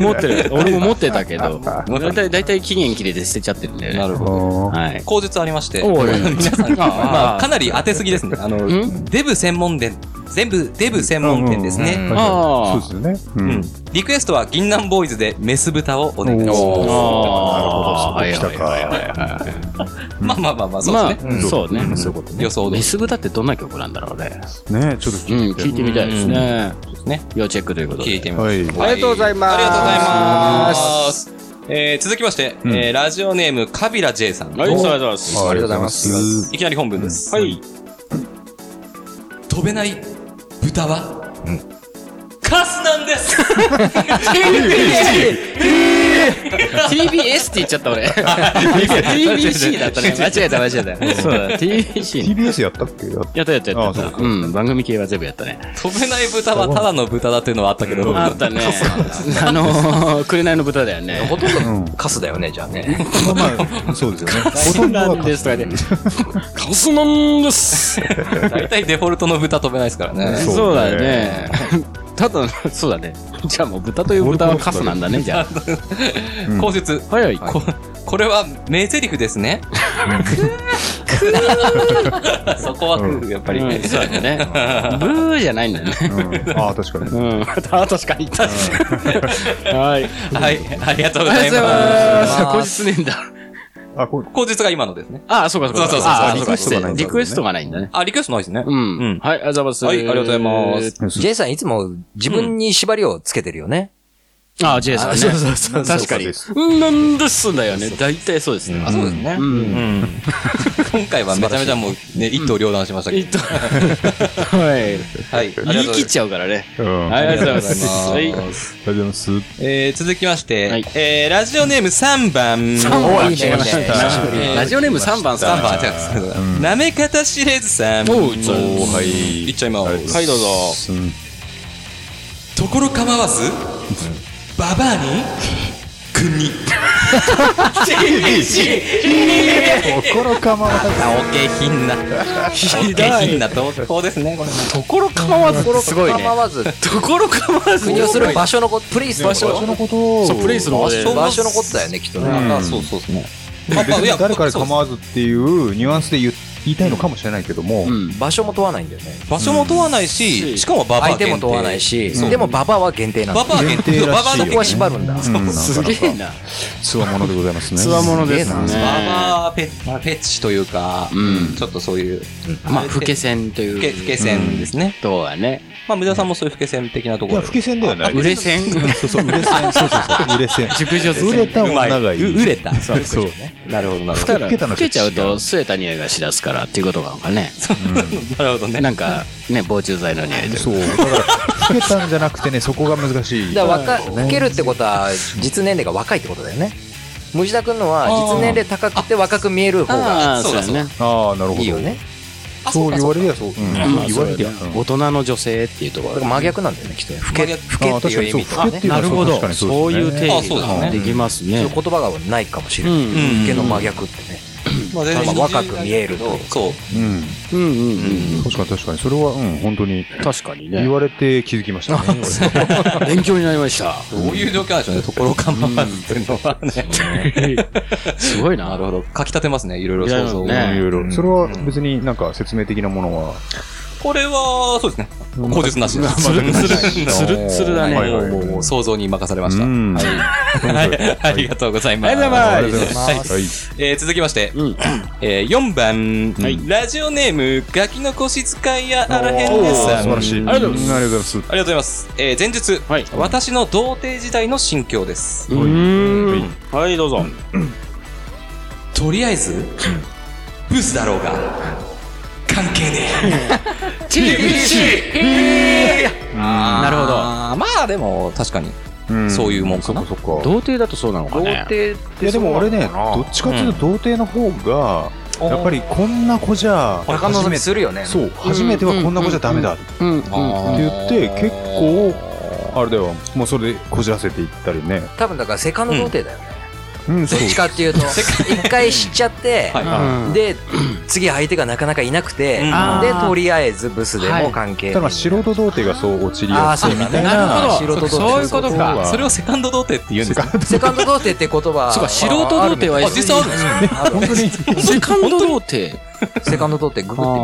S5: 持ってる俺も持ってたけ [laughs] ど大体大体期限切れて捨てちゃってるんだよ
S4: [laughs]
S5: ね
S4: なるほど。
S5: はい
S4: 口述ありまして、
S5: おい
S4: 皆さん、ま
S5: あ
S4: あ、かなり当てすぎですね。あの
S5: ん、
S4: デブ専門店、全部デブ専門店ですね。
S5: あ
S3: そ
S5: あ
S3: うですよね。う。
S4: うんん。リクエストは、銀南ボーイズで、メス豚をお願いします。
S3: おー
S5: あー
S3: なるほどそこ来たか
S5: はいはいはいはい
S4: まあまあまあまあ、そう
S5: ま
S4: ですね。
S5: あそうね
S3: そういうことね。
S4: 予想通
S5: メ
S4: り。
S5: ス豚ってどんな曲なんだろうね
S3: ねちょっと
S5: うん
S3: 聞いて
S5: 聞い
S3: みて。
S5: てみたいですね
S4: ね
S5: 要チェックということ
S4: 聞
S5: で
S4: いてみま
S3: は
S4: す。
S3: い。
S4: ありがとうございます。ありがとうございます。えー続きまして、
S3: うん
S4: えーラジオネーム、カビラ J さん。
S5: はいありがとうございます
S3: ありがとうございま。
S1: ありがとうございます
S4: いきなり本文です。
S5: はい
S4: 飛べない豚は、カスなんです
S5: TBS って言っちゃった [laughs] 俺 TBC だったね間違えた間違えたそうだ TBC ね
S3: TBS やったっけやっ
S5: やったやったや
S3: あ
S5: った
S3: そ
S5: や
S3: う
S5: っ
S3: か
S5: たうん番組系は全部やったね
S4: 飛べない豚はただの豚だっていうのはあったけど、
S5: あったねあのー紅の豚だよね
S1: ほとんど
S3: うん
S1: カスだよね、じゃあね。
S3: たまあまあ、そうですよね。ほとんど
S5: なん
S3: は
S5: ですとかでカスなんです
S4: 大体デフォルトの豚飛べないですからね。
S5: そうだ
S3: そうだ
S5: ね
S3: ね
S5: ただそうだねじゃあもう豚という豚はカスなんだねじゃ
S3: うん
S4: 口述。
S5: あはいはい
S4: ここれは名台詞ですね。そこは
S3: う
S4: やっぱり。
S5: うんそうだ [laughs] ねブーじゃないんだよね
S3: うんああ、確かに。
S5: [laughs] うんあ確かに確かにはい
S4: はい、ありがとうご
S5: あ
S4: ざ
S5: り
S4: い
S5: がとう
S4: ま
S5: ございます。後日ねんだ。
S3: あ、こう、
S4: す。口述が今のですね。
S5: あ、そうかそうか。
S4: そうそうそう
S5: あ
S4: そう
S5: リクエス
S3: そう
S5: ト
S3: か
S5: リクエストがないんだね。
S4: あ、リクエストないですね。
S5: うん。
S4: うん
S5: はい、ありがとうございま
S4: は
S5: す。
S4: いありがとうございます。
S1: J さんいつも自分に縛りをつけてるよね。
S5: あ、ジェイさんね。そうそうそう。確かに。うん、なんですんだよね。大体そうですね。
S4: あ、そうですね。
S5: う
S4: うん
S5: ん。
S4: 今回はめちゃめちゃもうね、一刀両断しました
S5: え
S4: け
S5: っ
S4: ど。
S5: と、はい。
S4: はい。
S5: 言い切っちゃうからね。はい、ありがとう
S4: ありがとうござい
S5: ございます。
S4: ます
S5: は
S3: あ
S5: い。
S3: りがとうございます。
S4: えー続きまして、
S5: はい
S4: えーラジオネーム3番。
S5: 三番
S1: いいねいいね
S4: えー
S5: ラジオネーム3番さん。
S4: 3番、違う。なめ方知れずさん。
S5: おういっちゃいます
S4: おーはい。いっちゃいます。
S5: はい、どうぞ。
S3: うん
S4: ところ構わず、ババアに、君に。
S3: 心構わず。
S4: あ、おけひ [laughs] んな。おけひんな投稿ですね、これ。
S5: ところ構わず。すごいね
S1: 構。わず、
S5: ところ構わず。
S1: 国をする場所のこと、プレイスのこと。
S3: 場所のことを。
S5: そう、プレイスの方で。
S1: 場所のことだよね、きっとね。
S4: あ、そうそうですね。
S3: まあ別に誰から構
S4: わ
S3: わずっていうニュアンスで言う言いたいのかもしれないけども、
S5: うん。
S1: 場所も問わないんだよね。
S4: 場所も問わないし、しかもババア
S1: 相
S4: 限定
S1: 手も問わない。し
S3: うん、
S1: でもババアは限定なんだ
S4: バ
S1: よね
S4: バア限定、
S3: 限定ら
S4: ババ
S3: し
S4: ア
S3: いよ
S4: だ
S1: そ
S4: け
S1: こは縛るんだ。
S3: うん
S5: すげえな。
S3: つわものでございますね。
S5: つわものですね。
S1: す
S4: ババアペまあフェッチというか、
S5: うん
S4: ちょっとそういう、
S5: まあ、老け線という。
S4: ふけ、ふけ線ですね。
S5: とはね。
S4: まあ、無駄さんもそういうふけ線的なと
S3: い
S4: こ
S3: や、
S4: ろ。
S3: 老け線ではない。
S5: 売れ線
S3: そうそう、売れ線。そうそうそう、売れ線。
S5: 熟女
S3: 売れた
S4: うまい。
S3: 女がいい。
S4: う売れた。そう
S3: そう。
S4: なるほど、なるほ
S5: た
S4: ど。
S5: だ、
S3: 老けたの
S5: 老
S3: と
S5: けちゃう
S3: 違
S5: と、吸えた匂いがしだすからっていうことなのかね。
S4: なるほどね。
S5: なんか、ね、防虫剤の匂いというか
S3: そう。だから、老けたんじゃなくてね、そこが難しい。
S1: だから若老けるってことは実年齢が若いってことだよね無地田君のは実年齢高くて若く見える方が
S5: ああ、
S4: そ
S5: そうう
S4: だ
S5: だ
S4: そうだ
S5: ね。
S3: ああ、なるほど。
S1: いいよね
S4: あ
S3: そう言われ
S4: る。
S3: りゃそう。うんそ
S5: まあ
S3: う言われりゃ。
S5: 大人の女性っていうとこ
S1: だ
S5: ろ
S1: から真逆なんだよねきっとね老け
S4: 真
S1: 老けっていう意味と
S3: あ
S1: か
S3: 確かに
S1: ね
S3: そう老けっていうのは確かにそうですね
S5: そういう定義
S4: あそうですね
S5: ができますね
S1: そういう。言葉がないかもしれない
S5: うん
S1: 老けの真逆ってね
S5: う
S4: まあ全
S1: まあ
S4: 然
S1: 若く見えると。
S4: そう。
S3: うん。
S5: うんうんうん。
S3: 確かに確かに。それは、うん、本当に
S5: 確かにね
S3: 言。われて気づきましたね。
S5: [laughs] 勉強になりました。
S4: どういう状況なんでしょうね、ところかまわずっていうのはね。
S5: すごいな。
S4: なるほど。かき立てますね、いろいろ想像を
S5: いろいろね
S3: いろいろ。それは別
S4: に。
S3: になんか説明的なものは。
S4: これは、そうですね。口述なしです。
S5: つる
S4: つる
S5: つるつるだね。
S3: はいはいはい
S4: もうもう想像に任されました。
S3: う
S4: は
S3: ん [laughs]
S4: い。はいありがとうございます。
S5: ありがとうございます
S3: ありがとうございます。
S4: は
S3: はいい。
S4: えー続きまして、
S5: うん
S4: えー4番、
S3: はい
S4: ラジオネーム、ガキの腰使いやあらへんです
S3: 素
S4: さん。
S3: 晴らしい。
S5: ありがとうございます
S3: んありがとうございます。
S4: ありがとうございます。えー前述、
S5: はい
S4: 私の童貞時代の心境です。
S5: うーん。はい、どうぞ。
S4: とりあえず、ブスだろうが、関係ね
S5: なるほ
S4: え。
S5: ど。
S4: あーまあでも、確かに。
S3: ん
S4: そういうもんかな
S3: そっかそっか。
S5: 童貞だとそうなのかね。
S3: いやでも俺ね、どっちかっていうと童貞の方が、やっぱりこんんな子じゃ、
S1: 高望みするよね。
S3: そう、初めてはこんな子じゃダメだって
S5: うんうん。
S3: 言って、結構、あれだよ、もうそれでこじらせていったりね。
S1: 多分だからセカンド童貞だよね。
S3: うん、
S1: ど
S3: そう
S1: っ。ちかっていうと、一回知っちゃって、
S4: はい
S5: うん
S1: で、次相手がなかなかいなくて、
S4: うん
S5: あ
S1: で、
S5: ー
S1: とりあえずブスでも関係
S3: だから素人童貞がそう陥り
S1: あ
S3: や
S1: あ、
S3: す
S1: そ
S3: いうみ
S1: だ
S3: た
S1: ね。
S3: いな。
S5: な
S1: 素人童貞
S5: そういうことか
S4: それをセカンド童貞って言うんですか
S1: セカンド童貞って言葉。
S5: そうか、素人童貞は
S4: あ実際あるんですか
S1: あ
S5: [laughs]
S1: る
S5: セカンド童貞。
S1: セカンド童貞ググって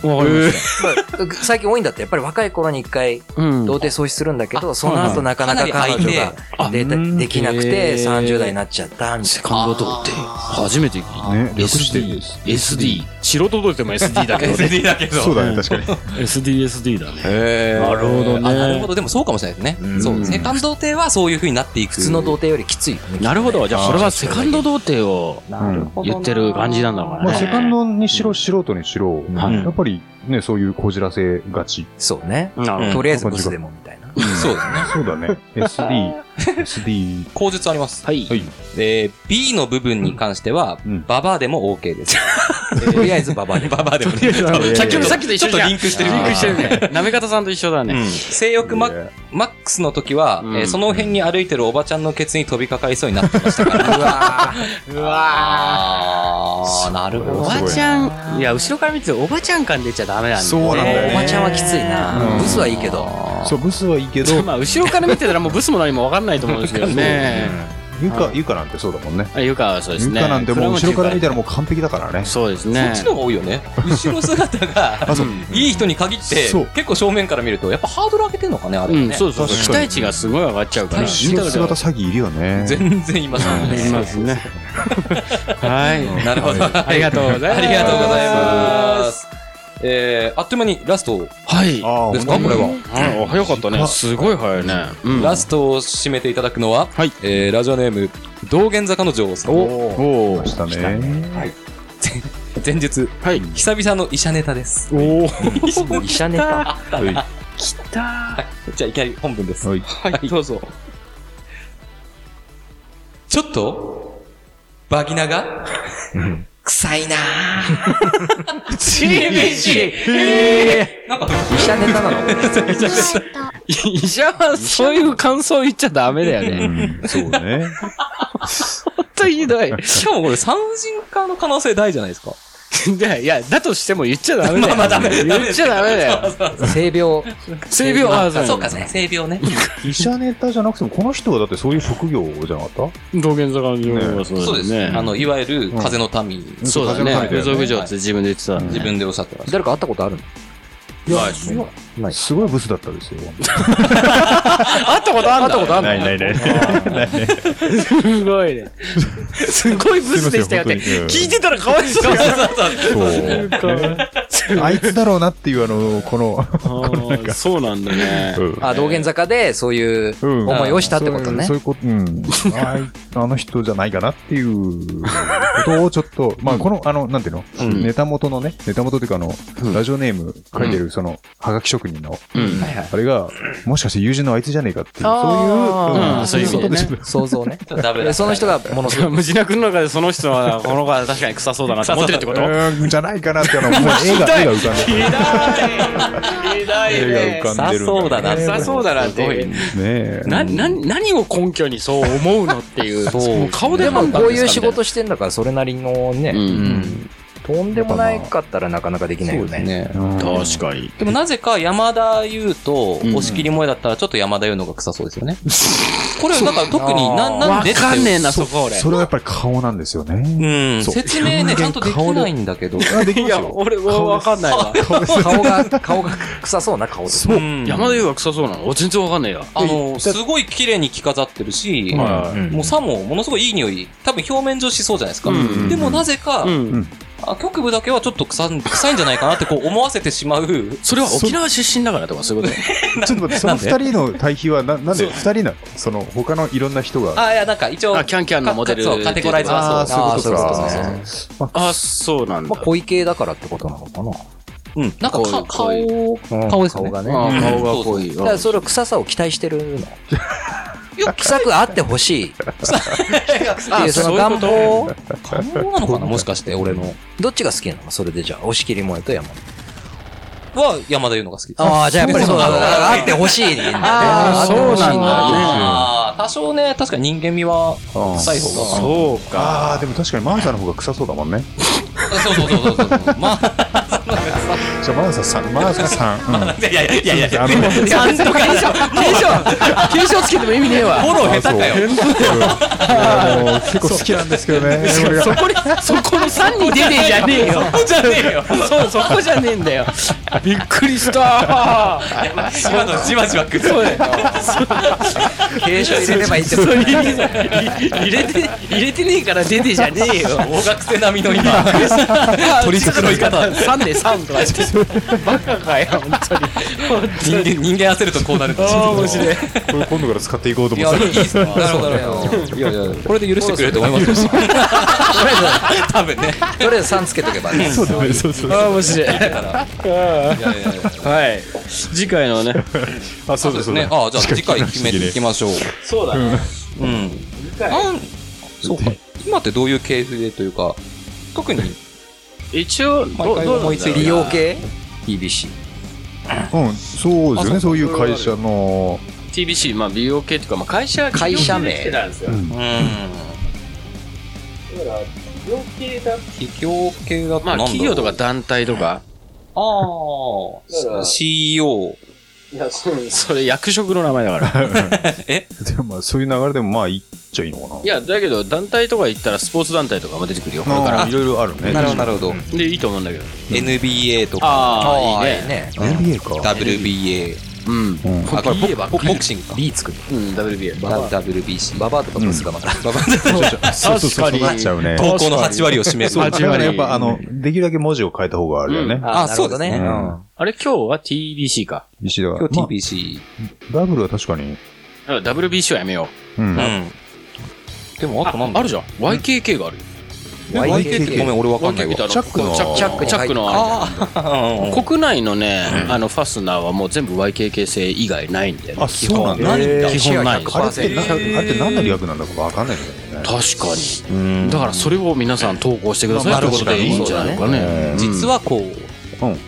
S1: みる
S5: わかりまし
S1: まあ最近多いんだって、やっぱり若い頃に一回、
S5: た。うん
S1: 童貞喪失するんだけど、その後なかなか彼女がでできなく
S5: へー
S1: て、30代になっちゃった、みた
S5: セ
S1: いな。
S5: カンド童貞。初めて聞いた。
S3: ね、略して
S5: SD。SD。素人童貞も SD だけどね。 [laughs]
S4: ?SD だけど。
S3: そうだね、確かに。
S5: SDSD だね。
S4: へー
S5: なるほどね
S4: あなるほど。でもそうかもしれないですね。そう。セカンド童貞はそういう風になっていく。
S1: 普通の童貞よりきついよね。
S5: なるほど。じゃあ、それはセカンド童貞を
S1: なるほどな
S5: 言ってる感じなんだから
S3: まあ、
S5: ね。
S3: セカンドにしろ、素人にしろ、
S5: はい
S3: やっぱりね、そういうこじらせがち。
S1: そうね。
S5: なるほ
S1: とりあえずブスでもみたいな。
S4: そうですね。
S3: そうだね。SD、SD。
S4: 口述あります。
S5: ど。はい。
S3: はい
S4: えー B の部分に関しては
S3: う、ん
S4: ババアでも OK [laughs] です。
S1: とりあえずババアで。
S4: ババアでもね。
S5: さっきのさっきと一緒じゃ
S4: ちょっとリ
S5: ん
S4: ンクしてる
S5: リンクしてるね。なめ方さんと一緒だ
S4: う
S5: ね。
S4: ん性欲マッマックスの時は、
S5: うん
S4: えーその辺に歩いてるおばちゃんのケツに飛びかかりそうになってましたから。
S1: うわー
S5: うわ
S4: あー、なる
S5: お
S4: ほ
S5: ばちゃん、いや、後ろから見てておばちゃん感出ちゃダメなんだ
S3: そうなんだよね
S1: おばちゃんはきついな。
S3: うん
S1: ブスはいいけど。
S3: そう、ブスはいいけど、
S5: まあ、後ろから見てたらもうブスも何も分かんないと思うんですけどね。 [laughs]
S3: ゆか、ゆかなんてそうだもんね。
S5: あゆかはそうです
S3: ゆ
S5: ね。
S3: かなんてもう後ろから見たらもう完璧だからね。
S5: そうです
S4: ど。そ
S5: ね
S4: っ。ちの方が多いよね。後ろ姿が、いい人に限って
S3: そう、
S4: 結構正面から見ると、やっぱハードル上げてんのかね、あれ
S5: う
S4: は
S5: ん、
S4: ね。
S5: そうそうそう。
S3: 確
S5: 期
S3: かに
S5: 待値がすごい上がっちゃうから。
S3: 後ろ姿詐欺いるよね。
S4: 全然います
S5: 見た
S4: ね。
S5: らますね。はい。
S4: なるほど。あ
S5: [laughs] ありがとうございます。
S4: りがとうございます。えー、あっという間にラスト
S5: はい。
S3: ああ、
S4: ですか、
S3: 本当
S4: これ
S3: に
S4: は。
S5: はいお早かったね。すごい早いね。うん
S4: ラストを締めていただくのは、
S5: はい
S4: えーラジオネーム、道玄坂の女王さん。
S3: おお、ましたね。
S4: 前日、
S5: はい。
S4: 久々の医者ネタです。
S5: おお。
S1: 医者ネタ。
S5: 来た
S4: じゃあ、いきなり本文です。
S3: はい。
S4: はい、どうぞ。ちょっと、バギナが、臭いなぁ。チーなんか、
S1: 医者ネタなの
S5: ー。医者はそういう感想言っちゃダメだよ
S3: う
S5: ね。
S3: ん、そう
S5: [laughs]
S3: ね。
S5: 本当ひどい。
S4: しかもこれ産人化の可能性大じゃないですか。
S5: でいや、だとしても言っちゃダメだよ。
S4: まあまあダメダメ
S5: 言っちゃダメだよ。
S1: 性病。
S5: 性病は、
S4: そうか、性病ね。
S3: 医者ネタじゃなくても、この人はだってそういう職業じゃなかっ
S5: 道玄坂の病院はそう
S4: そう
S5: で
S4: ですす。
S5: ね。
S4: あの、いわゆる風の民。
S3: ん
S5: そうだね。風俗嬢って自分で言ってた。
S4: 自分でおっしゃってました。
S1: 誰か会ったことあるの
S3: たすごいブスだったです
S5: [laughs]
S3: よ。
S5: 会ったことあんだ会ったことあ
S3: ないないない。
S5: すごいね。すごいブスでしたよって。
S3: すいません本当に
S5: 聞いてたらかわいそうだよ。
S3: そう。あいつだろうなっていう、あの、こ
S5: [laughs]
S3: の、
S5: あーそうなんだね。
S1: あ、道玄坂でそういう
S3: うん
S1: 思いをしたってことね
S3: そう。いうこと、うん。あい [laughs] あの人じゃないかなっていうことをちょっと、まあ、この、あの、なんていうの
S5: うん
S3: ネタ元のね、ネタ元というか、あの
S5: うん、
S3: ラジオネーム書いてる、その、はがき職人の、
S5: うん
S3: あれが、もしかして友人のあいつじゃねえかっていう、
S5: あー
S3: そういう、ん
S5: そういう意味でね
S3: ことで
S1: 想像ね。
S4: [laughs] ダメだ
S1: でその人がも
S4: [laughs]
S1: のすごい。
S5: [laughs] 無事な君の中でその人は、この子は確かに臭そうだなって思ってるってこと
S3: うーんじゃないかなっていうのは、もう絵目が浮かんでる。目
S5: ひどいね
S3: が浮かんでる。
S4: そうだな。
S5: さそうだなって
S3: ねえ。
S5: なな何を根拠にそう思うのっていうもう顔で
S1: でも
S5: 判断
S1: こういう
S5: です
S1: 仕
S5: かみた
S1: 事してんだからそれなりのね、
S5: いなうん
S1: とんでもないかったらなかなかできないよね。
S4: ね。
S3: うん
S5: 確かに
S4: でもなぜか山田優と押し切り萌えだったらちょっと山田優の方が臭そうです
S5: [laughs]
S4: よね。これなんか特にな、なんで
S5: わ
S4: って
S5: かんねえなそこ俺
S3: それはやっぱり顔なんですよね。
S4: うん。
S3: そう
S4: 説明ね、ちゃんとできないんだけど。
S3: あ、でき
S5: い
S3: ます
S5: や
S3: よ。
S5: 俺はわかんないわ
S1: [laughs] 顔が、顔が臭そうな顔です。
S4: うん
S5: 山田優は臭そうなの俺全然わかんないや
S4: あの、すごい綺麗に着飾ってるし、
S3: は
S1: うん
S4: もうさもものすごいいい匂い、多分表面上しそうじゃないですか。
S5: うん
S4: でもなぜか、
S5: うん
S4: あ局部だけはちょっと臭ん臭いんじゃないかなってこう思わせてしまう。
S5: それは沖縄出身だからとかそういうこと
S3: い。ちょっと待って、その二人の対比は、な、なんで二人なのその、他のいろんな人が。
S4: あ、いや、なんか一応、
S5: あキャンキャンのモデル
S4: そうカテゴライズはそう。
S1: あーそういうことか
S4: あーそうそうそうそ
S5: あそうなんだ
S1: まあ、恋系だからってことなのかな。
S4: ううん。なんかか
S5: こうい
S4: 顔、顔ですよね
S1: 顔がね。
S5: あ
S4: うん
S5: ー顔が濃い
S1: だからそれを臭さを期待してるの。臭くあってほしい。っていうその願望を
S4: 顔なのかなもしかして、俺の。
S1: どっちが好きなのそれでじゃあ、押し切り萌えと山本。
S4: は、山田優のが好きです。
S1: ああ、じゃあやっぱりそうだ。
S4: そうなんだ
S1: だからあってほしいんだね。
S5: あーそうなんだ
S4: あー多少ね、確かに人間味は、
S3: うん
S4: 臭い方が。
S5: そうか
S3: ああ、でも確かにマンサの方が臭そうだもんね。
S4: [laughs] そうそうそうそうそう。まあ、
S3: じゃあマンサさん、マンサさん。 [laughs] うん
S4: いやいやいやい
S5: [laughs]
S4: や、
S3: あの
S5: ちゃんと検証検証検証つけても意味ねえわ
S4: フォロー下手かよ。
S3: あの結構好きなんですけどね。俺
S5: そ
S3: が
S5: こにそこの3人出てんじゃねえよ
S4: そこじゃねえよ。
S5: そうそこじゃねえんだよびっくりした
S4: 今のじわじわくる。
S5: そうだよ
S1: 軽症入れればいいってこと
S5: そうい入れて入れてねえから出てじゃねえよ
S4: 大学生並 [laughs] みの今、取り繕い方。
S5: 3で3とかしてバカかよ本当に
S4: 人間、人間焦るとこうなる。
S5: ああ面白い
S3: これ今度から使っていこうと
S4: い
S3: 思っ
S4: や、
S3: て
S4: いいっすね。なるほど、なるほど。いやいや、これで許してくれると思いますよ。多分ね。
S1: とりあえず3つけとけばね。
S3: そうだね、そうそう。
S5: ああ面白いはい次回のね
S3: あ、そう
S4: そう
S3: だ
S4: です
S3: そうだ
S4: ね。ああ、じゃあ次回決めていきましょう。
S5: そうだね
S4: うん。なんそうか。今ってどういう系でというか、特に
S5: 一応
S4: 毎
S5: ど
S4: 回
S5: どうな
S4: 思
S5: ん
S4: いつ
S5: だ
S4: い
S5: ろう
S4: て
S1: 美容系 ?TBC。
S3: うん、そうですよね、そういう会社の。
S5: TBC まあ美容系というかまあ会社
S1: 会社
S5: 美
S1: 名
S5: 容系ってなんですよ
S4: うん。企業系だと
S5: ま
S4: なんだ
S5: あ
S4: ろう
S5: 企業とか団体とか
S4: ああ、CEO。
S5: それ役職の名前だから。
S3: でもまあ、そういう流れでもまあ、いっちゃいいのかない
S5: やだけど団体とか行ったらスポーツ団体とかも出てくるよこれか
S3: まあ、
S5: ら
S3: いろいろあるね。
S4: なるほど、なるほど。
S5: でいいと思うんだけど
S4: NBA とか、
S5: ああいいね
S1: ね。
S3: NBA か。
S4: WBA。
S5: うん
S3: うん
S4: あ、これボボボクシングか。
S1: B 作る。
S5: うん WBA
S4: ダ WBC。
S1: ババアとかブスがまた。
S4: [laughs]
S3: そうそうそう、そうなっちゃうね。
S4: 投稿の8割を占める。
S3: そう、だ
S5: 8
S3: から
S5: 割
S3: やっぱ、あの、できるだけ文字を変えた方があるよね。
S4: あそうですね
S1: なるほど
S3: う
S5: あれ今日は TBC か
S3: 石田は。
S4: 今日
S3: ま
S4: TBC。
S3: あダブルは確かに。
S5: だから WBC はやめよ
S3: うん。
S4: ん。でも、あとなん
S5: う
S4: だ
S5: あ
S4: ろ
S5: る
S4: う
S5: じゃん YKK があるよ
S4: YKK ごめん、俺わかんない
S5: YKK ってあ
S4: わ。
S5: の
S3: チャックの
S5: チャック
S1: チャ
S5: チャッ
S1: ック
S5: クのあれ
S4: ああ、
S5: 国内のね、あのファスナーはもう全部 YKK 製以外ないんだよね。
S3: あ、そうなんだ。
S4: ないんだ
S5: 基本ない。確
S3: あれってな、
S4: えー
S3: あれって何の略なんだかわかんないんだよね。
S5: かに。だからそれを皆さん投稿してください。
S4: なるほど
S5: それでいいんじゃないのかね。
S4: 実
S5: は、
S4: はこう、
S3: うん。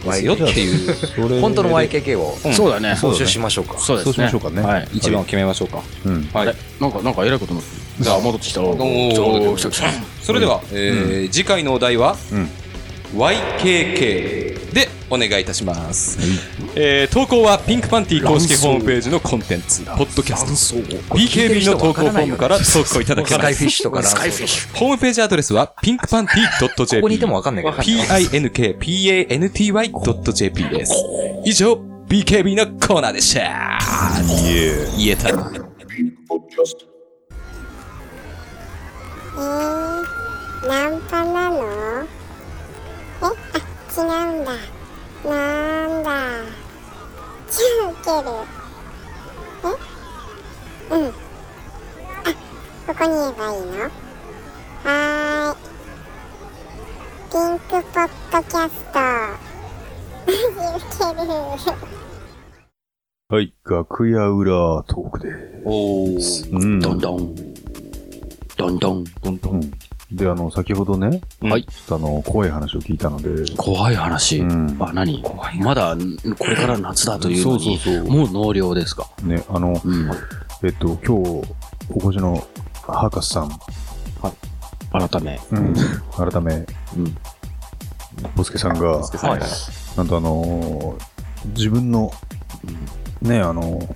S4: ですよっていう。
S3: う
S1: 本当の。YKK を
S5: そうだね。
S3: そう
S1: 募
S3: だ
S1: 集
S3: ね
S1: しましょうか。
S5: そうです
S3: そうしま
S5: ね。
S3: しょうかね
S5: はい。
S4: 一番を決めましょうか。
S3: うん。
S4: はい
S5: あれ。なんか、なんか偉いことも。じゃあ戻ってきた。お
S4: ー
S5: ー来た来た
S4: それでは、えー次回のお題は、
S3: うん
S4: YKK でお願いいたします、えー投稿はピンクパンティ公式ホームページのコンテンツポッドキャスト BKB の投稿フォームから投稿いただけ
S1: ス
S4: ま
S1: カイフィ
S4: す
S1: ッシュとかランソーとか
S4: ホームページアドレスは pinkpanty.jp
S1: ここにいてもわかんないけど
S4: pinkpanty.jp です以上 BKB のコーナーでした言えた
S7: えー、ナンパなのえあ違うんだなんだじゃあ受けるえうんあここに言えばいいのはーいピンクポッドキャスト [laughs] マジ受ける
S3: はい。楽屋裏トークで。
S4: お
S3: うん。
S5: どんどん。どんどん。
S3: うんで、あの、先ほどね、
S5: はい
S3: ちょっとあの、怖い話を聞いたので、
S5: 怖い話。
S3: うん
S5: あ、何まだ、これから夏だというのに、
S3: そうそうそう
S5: もう納涼ですか。
S3: ね、あの、
S5: うん。
S3: えっと、今日、お越しの博士さん、
S5: 改め。
S3: 改め、
S5: うん
S3: ボスケさんが、
S4: はい
S3: なんとあのー自分の、ね、あのー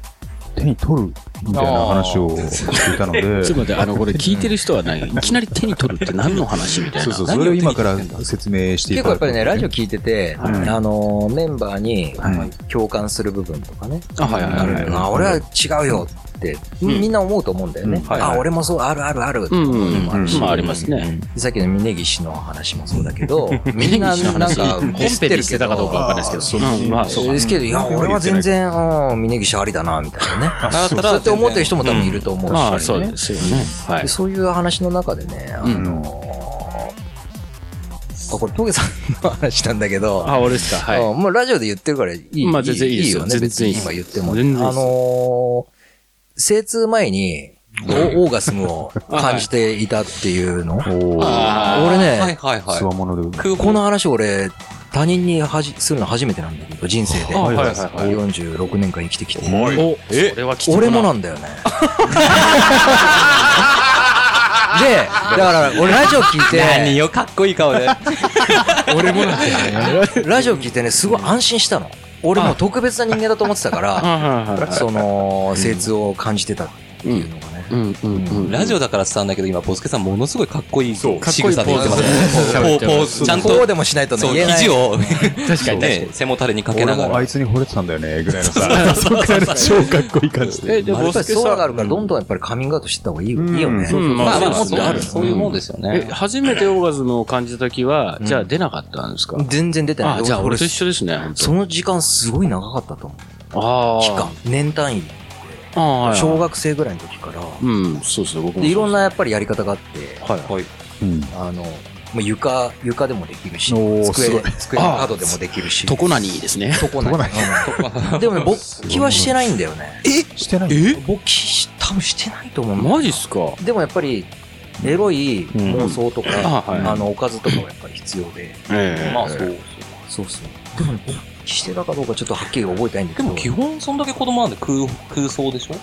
S3: 手に取るみたいな話をしていたので、
S5: ちょ
S3: そ
S5: っと待って、あの、これ聞いてる人は [laughs] ね、いきなり手に取るって何の話みたいな。
S3: うそう、それを今から説明していた
S1: 結構や
S3: だ
S1: っ
S3: く
S1: ぱりね、ラジオ
S3: ね
S1: 聞いてて、
S3: はい
S1: あのーメンバーに
S3: はい
S1: 共感する部分とかね、
S5: あ、はいはい
S1: あ
S5: はいは
S1: るん
S5: い
S1: だ。よな俺は違うよって、
S5: うん
S1: みんな思うと思うんだよね。
S3: うん
S5: はいはい
S1: あ、俺もそう、あるあるあるって
S5: う
S1: い
S5: ん
S1: う
S5: う
S1: の
S5: ん
S1: もあるし。
S5: まあありますね。
S1: さっきの峯岸の話もそうだ
S5: [laughs]
S1: けど、みんななんか、
S5: 本編で言ってたかどうかわかんないですけど。うんまあそうか
S1: ですけど、いや、俺は全然、
S5: [laughs]
S1: うん峰岸ありだな、みたいなね。あそうそうやって思ってる人も多分いると思うし、
S5: まあそうですよね。は
S1: で
S5: い。
S1: そういう話の中でね、あのーあこれ、トゲさんの話なんだけど、
S5: あ、俺ですか。はい。
S1: うんもうラジオで言ってるからいい。
S5: まあ全然いいですよ
S1: よね。
S5: 全
S1: 別
S5: 然いい
S1: に
S5: です
S1: 今言っても。
S5: 全然いい
S1: あ
S5: です
S1: のー、精通前に、おオーガスムを感じていたっていうの
S3: おー、
S5: あ
S8: は
S1: 俺
S8: い
S1: ね、
S8: はいは
S3: つわもので、
S1: この話俺、他人にはじするの初めてなんだけど、人生で。
S5: はいはいはい
S1: 46年間生きてきて。
S5: ーお、それは貴重
S1: 俺もなんだよ
S5: [laughs]
S1: ね。で、だから俺ラジオ聞い
S8: い。
S1: て、
S8: よ、かっこいい顔で。
S1: 俺もなんだよね。ラジオ聞いてね、すごい安心したの。俺もう特別な人間だと思ってたから、
S5: [laughs] はいはいは
S1: その、精通を感じてたっていうのがね。
S5: い。うんうんうん。
S8: ラジオだから伝わんだけど、今、ボスケさんものすごいかっこいい仕
S5: かっ
S8: 草
S5: こいい
S8: で言ってますね。ポーポーズ。ちゃん
S1: ことう、でもしないとね、
S8: そう、
S1: 言えない。
S8: 肘を、
S5: 確かにね。
S8: ね、背もたれにかけ
S3: 俺
S8: なが
S3: もあ
S8: ら。
S3: いつに惚れてたんだよね、ぐらいのさ、そっから超かっこいい感じで。
S5: え、で
S1: まあ
S5: も、
S1: や
S5: ボ
S1: っぱ
S5: ス
S1: り
S5: ケ
S1: そう
S5: さ
S1: だか
S5: ん
S1: ら、どんどんやっぱりカミングアウトしてた方がいい,、いいよね。
S5: う
S1: うん
S5: ん
S8: ま
S5: ま
S8: あ
S5: あ
S8: まあ、
S5: そうです
S8: そう
S5: ね
S8: あるそういうもんですよ
S5: え
S8: ね。
S5: 初めてオーガズムを感じた時は、
S1: うん
S5: じゃあ出なかったんですか
S1: 全然出てない。
S5: あ、じゃあ俺と一緒ですね。本当
S1: その時間すごい長かったと思う。
S5: ああ。
S1: 期間。年単位。
S5: ああ、はい
S1: 小学生ぐらいの時から。
S5: うん、そうですね、僕も。
S1: で、いろんなやっぱりやり方があって、
S8: はい。
S3: うん
S1: あの、まあ床、床でもできるし、
S3: おーすご
S1: 机
S3: い、
S1: 机の角でもできるし。
S5: トコナニーですね。
S1: 床ないうんでもね、勃起はしてないんだよね。
S3: してない
S5: え
S1: 勃起し、多分してないと思うんだよ
S5: マジっすか
S1: でもやっぱり、エロい妄想と
S5: うんあ
S1: か、
S5: はい
S1: あの、おかずとかはやっぱり必要で。
S5: え
S8: まあ、そう。
S1: そうそう。でもね、してたかどうかちょっとはっきり覚えてないんだけ
S8: で
S1: ど。
S8: も、基本、そんだけ子供なんで空、空想でしょ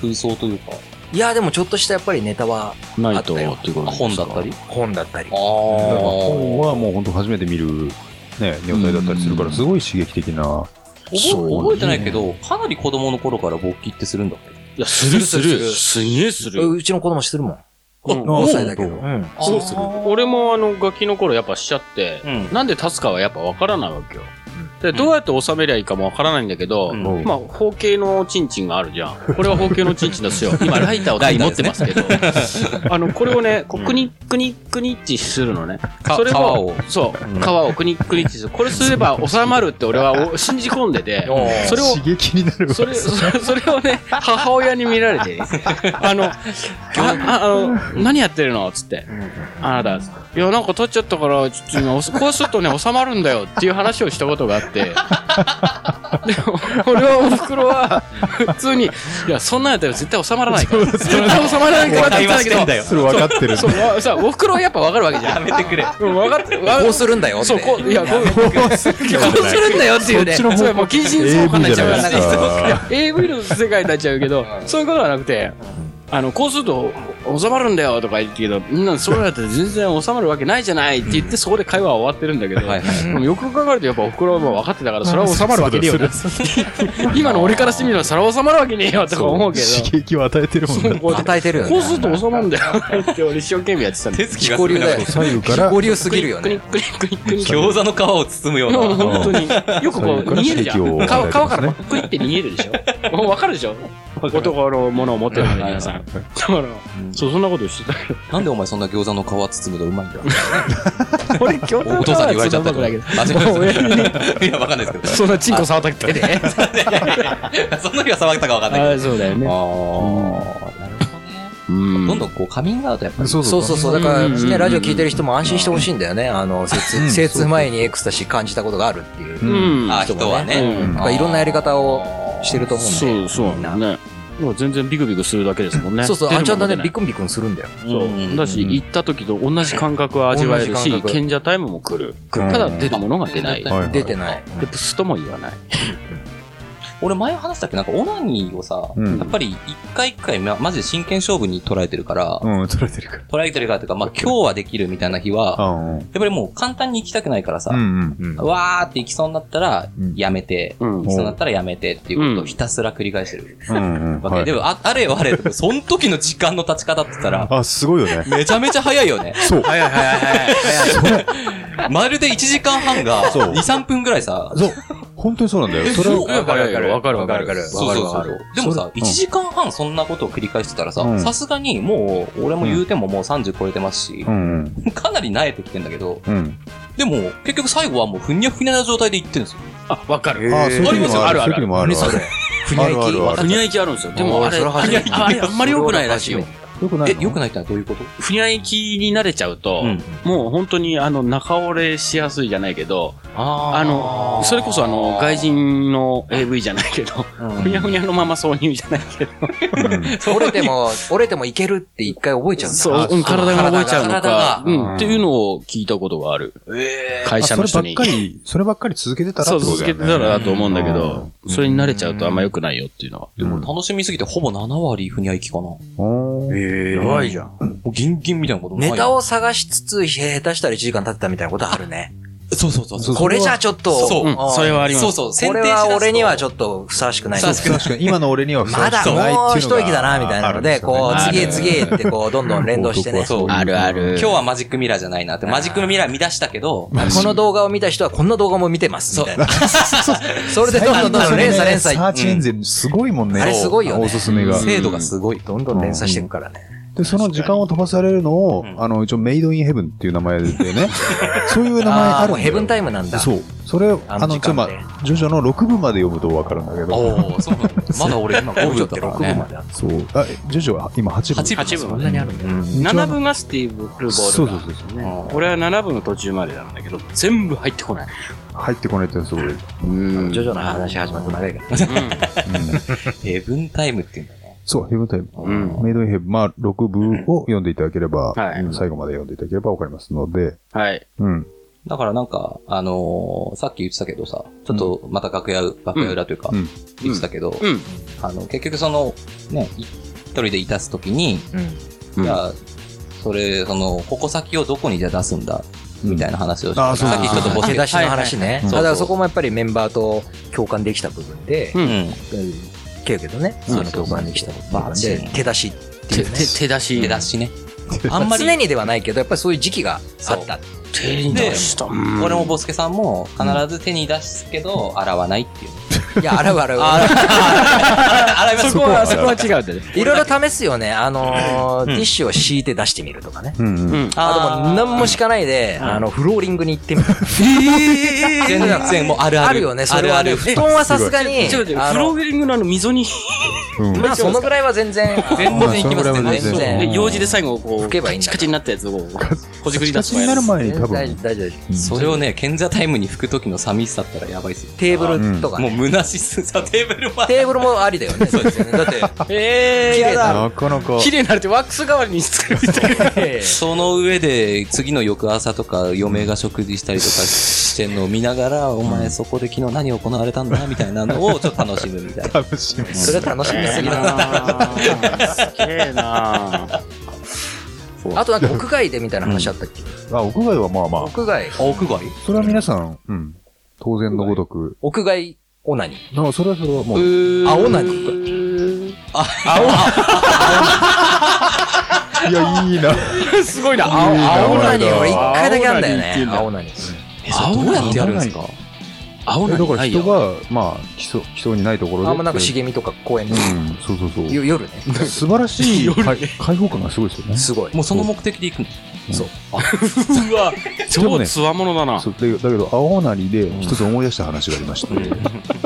S8: 空想というか。
S1: いや、でもちょっとしたやっぱりネタは
S5: え。ないと、っていうこと
S8: あ本だったり
S1: 本だったり
S8: あ。
S3: だから本
S8: あ。
S3: はもう本当初めて見る、ね、尿体だったりするから、すごい刺激的な。
S8: 覚覚えてないけど、かなり子供の頃から勃起ってするんだって。
S5: いや、するす
S1: する
S5: る。すげえする。
S1: うちの子供してるもん。
S5: うん
S3: あ
S1: 5歳だけど。
S3: そう
S1: うん。
S8: そうする。
S5: 俺もあの、ガキの頃やっぱしちゃって、
S8: うん。
S5: なんで立つかはやっぱわからないわけよ。で、どうやって収めりゃいいかもわからないんだけど、
S8: うん
S5: まあ、方形のチンチンがあるじゃ [laughs] ん。これは方形のチンチンですよ。 [laughs] 今、ライターを手に持ってますけど、 [laughs] あの、これをね、こう、クニックニックニッチするのね。
S8: か
S5: それ
S8: 皮を
S5: を、そう、皮をクニックニッチする。これすれば収まるって俺は [laughs] お信じ込んでて、それを、
S3: 激になる
S5: それ、それそれを
S1: [laughs]
S5: ね、母親に見られて、あの、あ、ああの、何やってるのつって、あなた、いや、なんか取っちゃったから、ちょっと今おこうするとね、収まるんだよっていう話をしたことがあ
S1: [laughs]
S5: って、でも、俺は、おふくろは、普通に、いや、そんなんやったら絶対収まらないから、絶対収まらないからって言ったんだけど、
S3: それ分かってる。
S5: そうわさ、おふくろはやっぱ分かるわけじゃん。やめてくれ。分かって、わ
S1: こうするんだよって。
S5: そう、こう、いや、こう、
S1: こうするんだよっていうね。
S5: それもう禁止にそうかんなっちゃうから
S3: じゃないで
S5: AV の世界になっちゃうけど、そういうことはなくて、あの、こうすると収まるんだよとか言ってけど、みんなそうやって全然収まるわけないじゃないって言って、そこで会話は終わってるんだけど、でもよく考えるとやっぱおふくろはもう分かってたから、それは収まるわけねえよな。今の俺からしてみれば、それは収まるわけねえよとか思うけど、
S3: 刺激を与えてるもんだ。
S5: こうやって
S1: 与えてるよ
S5: こう
S1: ね。
S5: すると収まるんだよって俺一生懸命やってたんで。
S8: 手つきが
S1: 交流だよ。
S3: 左右から
S1: 交流すぎるよ
S5: クニ
S1: ね。
S5: ックニックニックニック。
S8: 餃子の皮を包むよう
S5: もう
S4: [laughs]
S8: な。
S5: 本当に。よくこう、逃げるじゃ
S3: そうい
S5: ん。
S3: う
S5: 皮皮
S3: 形を
S5: からクイって逃げるでしょ。もうわかるでしょ男のものを持ってるから皆さん。だから、そう、そんなことしてたけ
S8: なんでお前そんな餃子の皮包むのう
S4: [laughs]
S8: まいんだよ。
S5: ど。俺、今日
S8: おお父さんに言われちゃったから。あ、違います。いや、わかんないですけど。
S4: [laughs]
S5: そんなチンコ触ったっけね。
S8: その日は騒ったかわかんないけど。
S5: あそうだよね。
S8: ああ、なるほどね。
S5: うん
S8: どんどんこうカミングアウトやっぱり。
S3: そう
S1: そうそうそう。だから、
S5: うんうんう
S1: ね、
S5: ん
S1: ラジオ聞いてる人も安心してほしいんだよね。あの、精通精通前にエクスタシー感じたことがあるっていう。
S5: うん。
S8: あ人はね。
S5: うん
S1: まあいろんなやり方をしてると思うんで。
S5: そう、そうなんだね。もう全然ビクビクするだけですもんね。
S1: そうそう、
S5: 出
S1: あ
S5: る
S1: んちゃんだね、
S5: もの出ない
S1: ビクンビクンするんだよ。
S5: そう。だし、行った時と同じ感覚は味わえる
S1: 同じ感
S5: し、
S1: 覚
S5: 賢者タイムも来る。
S3: うん
S5: ただ出るものが出ない。
S3: はい
S1: 出てない。
S5: で、プスとも言わない。
S4: 俺前話したっけなんかオナニーをさ、
S3: うん
S4: やっぱり一回一回、ま、マジで真剣勝負に捉えてるから、
S3: うん、取られてるか
S4: 捉えてるからというか、まあ、今日はできるみたいな日は、
S3: ら。うんうん。
S4: やっぱりもう簡単に行きたくないからさ、
S3: うん
S1: うん。
S4: わーって行きそうになったら
S3: うん、
S4: やめて、
S5: うん
S4: 行きそうになったらやめてっていうことをひたすら繰り返してる
S3: うん。うんうん。
S4: わけ。
S3: はい
S4: でも、ああれよあれよ、その時の時間の立ち方って言った [laughs] ら、
S3: あ、すごいよね。
S4: めちゃめちゃ早いよ
S5: [laughs]
S4: ね。
S3: そう。
S5: はいはいはい
S4: まるで1時間半が
S3: そう
S4: 2、3分ぐらいさ、
S3: そう。本当にそうなんだよ。それ
S4: そう
S3: は、
S5: はい。早いよ。わかるわかる。
S4: そうそうそう。でもさ、1時間半そんなことを繰り返してたら
S3: う
S4: さ、
S3: ん
S4: さすがにもう、俺も言うてももう30超えてますし
S3: う、んうん。
S4: かなり慣れてきてんだけど、
S3: うん。
S4: でも、結局最後はもうふにゃふにゃな状態で行ってるんですよ。
S5: あ、わかる。
S3: あ、そういう時もある。そうい
S5: ある
S3: う時もある。
S1: 何それふにゃ
S3: あ
S1: い
S3: るあ
S1: き
S3: る
S5: ふにゃいきあるんですよ。で
S1: お
S5: も
S1: ー
S5: あれ、
S1: それ
S5: あ
S1: 初め
S5: れ
S1: て聞いた
S5: あれあんまり良くないらしいよ。
S3: よくない
S4: え
S3: の、
S4: 良くないってのはどういうこと
S5: ふにゃいきに慣れちゃうと、
S4: うん
S5: もう本当にあの中折れしやすいじゃないけど、
S4: あ
S5: あの、それこそあの外人の AV じゃないけど、ふにゃふにゃのまま挿入じゃないけど、
S1: 折れても、折れてもいけるって一回覚えちゃうんだ。
S5: そう、うん体が覚えちゃうの
S1: 体が
S5: か、う
S3: うん
S5: ん、っていうのを聞いたことがある。会
S3: あ
S5: 社
S3: そ
S5: の
S3: れ
S5: 人
S3: ばっ
S5: に
S3: か。り、そればっかり続けてたら
S5: そう、
S3: ってこ
S5: 続
S3: とだ
S5: け
S3: よ
S5: て
S3: ね
S5: たらだと思うんだけど、
S3: うん
S5: それに慣れちゃうとあんま良くないよっていうのは。
S4: でも楽しみすぎてほぼ7割ふにゃいきかな。も
S3: おー
S1: やばいじゃん。
S4: うギンギンみたいなことない
S1: ネタを探しつつ、下手したら1時間経ってたみたいなことあるね。
S4: そうそうそうそう。
S1: これじゃちょっと、
S4: そう
S5: うん、それはあります。
S4: そうそう。
S1: これは俺にはち
S4: ょっ
S1: ょっとふさわしくない。
S4: ふさわ
S3: 確かに、今の俺にはふさ
S1: ま
S3: わし
S1: だ
S3: くない
S1: も
S3: っ
S1: う
S3: ていうのが
S1: 一息だな、みたいなので、こう、次へ次へって、こう、どんどん連動してね。
S4: そう。
S5: あるある。
S4: 今日はマジックミラーじゃないなって。マジックミラー見出したけど、
S1: この動画を見た人はこんな動画も見てます、みたいな。それでどんどんどんどん連鎖連
S3: サー
S1: 鎖。
S3: チエンジンすごいもんね。
S1: あれすごいよね
S3: おすすめが。
S4: 精度がすごい。
S1: どんどん連鎖していくからね。
S3: で、その時間を飛ばされるのを、あの、一応メイドインヘブンっていう名前で
S1: [laughs]
S3: ね、そういう名前
S1: あ
S3: あ
S1: あ、
S3: る
S1: も
S3: ん
S1: う
S3: だよ
S1: ヘブンタイムなんだ。
S3: そう。それ、あの、
S1: 時間
S3: ちょ、まあ
S1: で、
S3: ジョジョの6部まで読むとわかるんだけど、
S4: おお、そうなんだまだ俺今5
S1: ちょ
S4: 分
S1: っと
S4: だ
S1: 6
S4: から
S1: 分
S4: ね
S1: ま。である。
S3: そう。あ、ジョジョは今8部。
S4: 8分。
S5: 8分
S4: そ
S5: ま
S4: う
S5: で
S4: ね。
S5: 7分がスティーブ・ルボールが。
S3: そうそうそうそう。
S5: 俺は7分の途中までなんだけど、全部入ってこない。
S3: 入ってこないってのはすごい。うん。
S1: ジョジョの話始まって長いから。 [laughs]
S4: ヘブンタイムって言うんだね。
S3: そう、ヘブンタイム。メイドインヘブン、まあ、6部を読んでいただければ、
S5: はい
S3: 最後まで読んでいただければわかりますので、
S5: はい。
S3: うん。
S4: だからなんか、あのーさっき言ってたけどさ、ちょっとまた楽屋、楽屋裏というか、
S3: うん
S4: 言ってたけど、
S5: うん。
S4: あの、結局その、ね、い一人でいたすときに、じゃあ、それ、その、ここ先をどこにじゃあ出すんだ、みたいな話をして、
S3: うんあーそう
S4: さっきちょっとボ
S1: 手
S4: ケ
S1: 出
S4: 出
S1: しの話ね。
S3: い
S1: だからそこもやっぱりメンバーと共感できた部分で、
S5: う。
S4: うんん。
S1: けどね、その共感できた部分で、 [laughs] 手出しって
S5: 手
S1: いうね。
S5: 手出し。
S4: 手出。しね。
S1: あ
S4: あ
S1: ん
S4: ん
S1: ま
S4: ま
S1: り
S4: り
S1: 常にではないけど、やっぱりそういう時期があった。
S5: 手に出した。うん
S4: 俺もボスケさんも必ず手に出すけど、洗わないっていう。
S1: [laughs] いや、洗う洗う。 [laughs]
S4: 洗います
S5: そこは、そこは違うってね。
S1: いろいろ試すよね。あのー、ティッシュを敷いて出してみるとかね。
S3: うんうん。
S5: ん。
S1: あともう何も敷かないで、あの、フローリングに行ってみる。
S4: 全然もうあるある。
S1: あるよね、それは
S4: ある
S1: ね。
S4: ある。
S1: 布団はさすがに、
S5: ちょっと待って
S1: あ
S5: フロ
S1: の
S5: ーリングのあの溝に、
S3: うん。
S1: まあそのぐらいは全然、
S4: 全然いきますね。
S3: まあ
S1: 全然
S5: で用事で最後こう、
S1: 拭けばいいんだ
S5: カチカチになったやつをこうほじくり出
S3: 立
S5: す
S3: ちになる前に多
S1: 大
S3: 分
S1: 丈夫、、大丈夫。
S4: それをね、賢者タイムに吹く時の寂しさったらやばいっすよ。
S1: テーブルとか
S4: もう
S1: ね。
S4: 虚しさ、 [laughs] テーブルは。
S1: テーブルもありだよね。そうですよね。だって、
S5: えー、
S1: 綺麗だ
S3: なかなか、
S5: 綺麗になるってワックス代わりに作るみたいな。
S4: その上で、次の翌朝とか、嫁が食事したりとかしてんのを見ながら、お前そこで昨日何行われたんだみたいなのをちょっと楽しむみたいな。
S3: 楽しみ。
S1: それ楽しみすぎだな。
S5: すげえな
S1: あとなんか屋外でみたいな話あったっけ
S3: あ、屋外はまあまあ、
S1: 屋外、
S4: 屋外
S3: それは皆さん、うん。当然のごとく。
S1: 屋外オナニー。
S3: だからそれはそれはもう、
S1: あ、オナニー。
S3: いや、いいな。
S5: す [laughs] ごいな。
S1: 青
S3: 青
S1: ナニー俺一
S5: 青
S1: 回だけあんだよ
S5: 青ナニーってい
S1: ね
S5: う。んだ
S1: 青ナニー。
S4: え、それどうやってやるんですか
S5: 青
S3: え
S5: な
S3: だから
S5: のない
S3: 人
S5: よ。
S3: が、まあ、基礎、基礎にないところで。
S1: あんまなんか
S3: う
S1: 茂みとか公園で、
S3: ん、そうそうそう。
S1: よ夜ね。
S3: 素晴らしい開開放感がすごいですよね。
S1: すご
S4: [laughs]
S1: い。
S4: もうその目的で行 [laughs] くの
S5: うわ、
S3: でも
S5: 超
S3: ね
S5: つわものだな。
S3: そうでだけど、青なりで一つ思い出した話がありまして。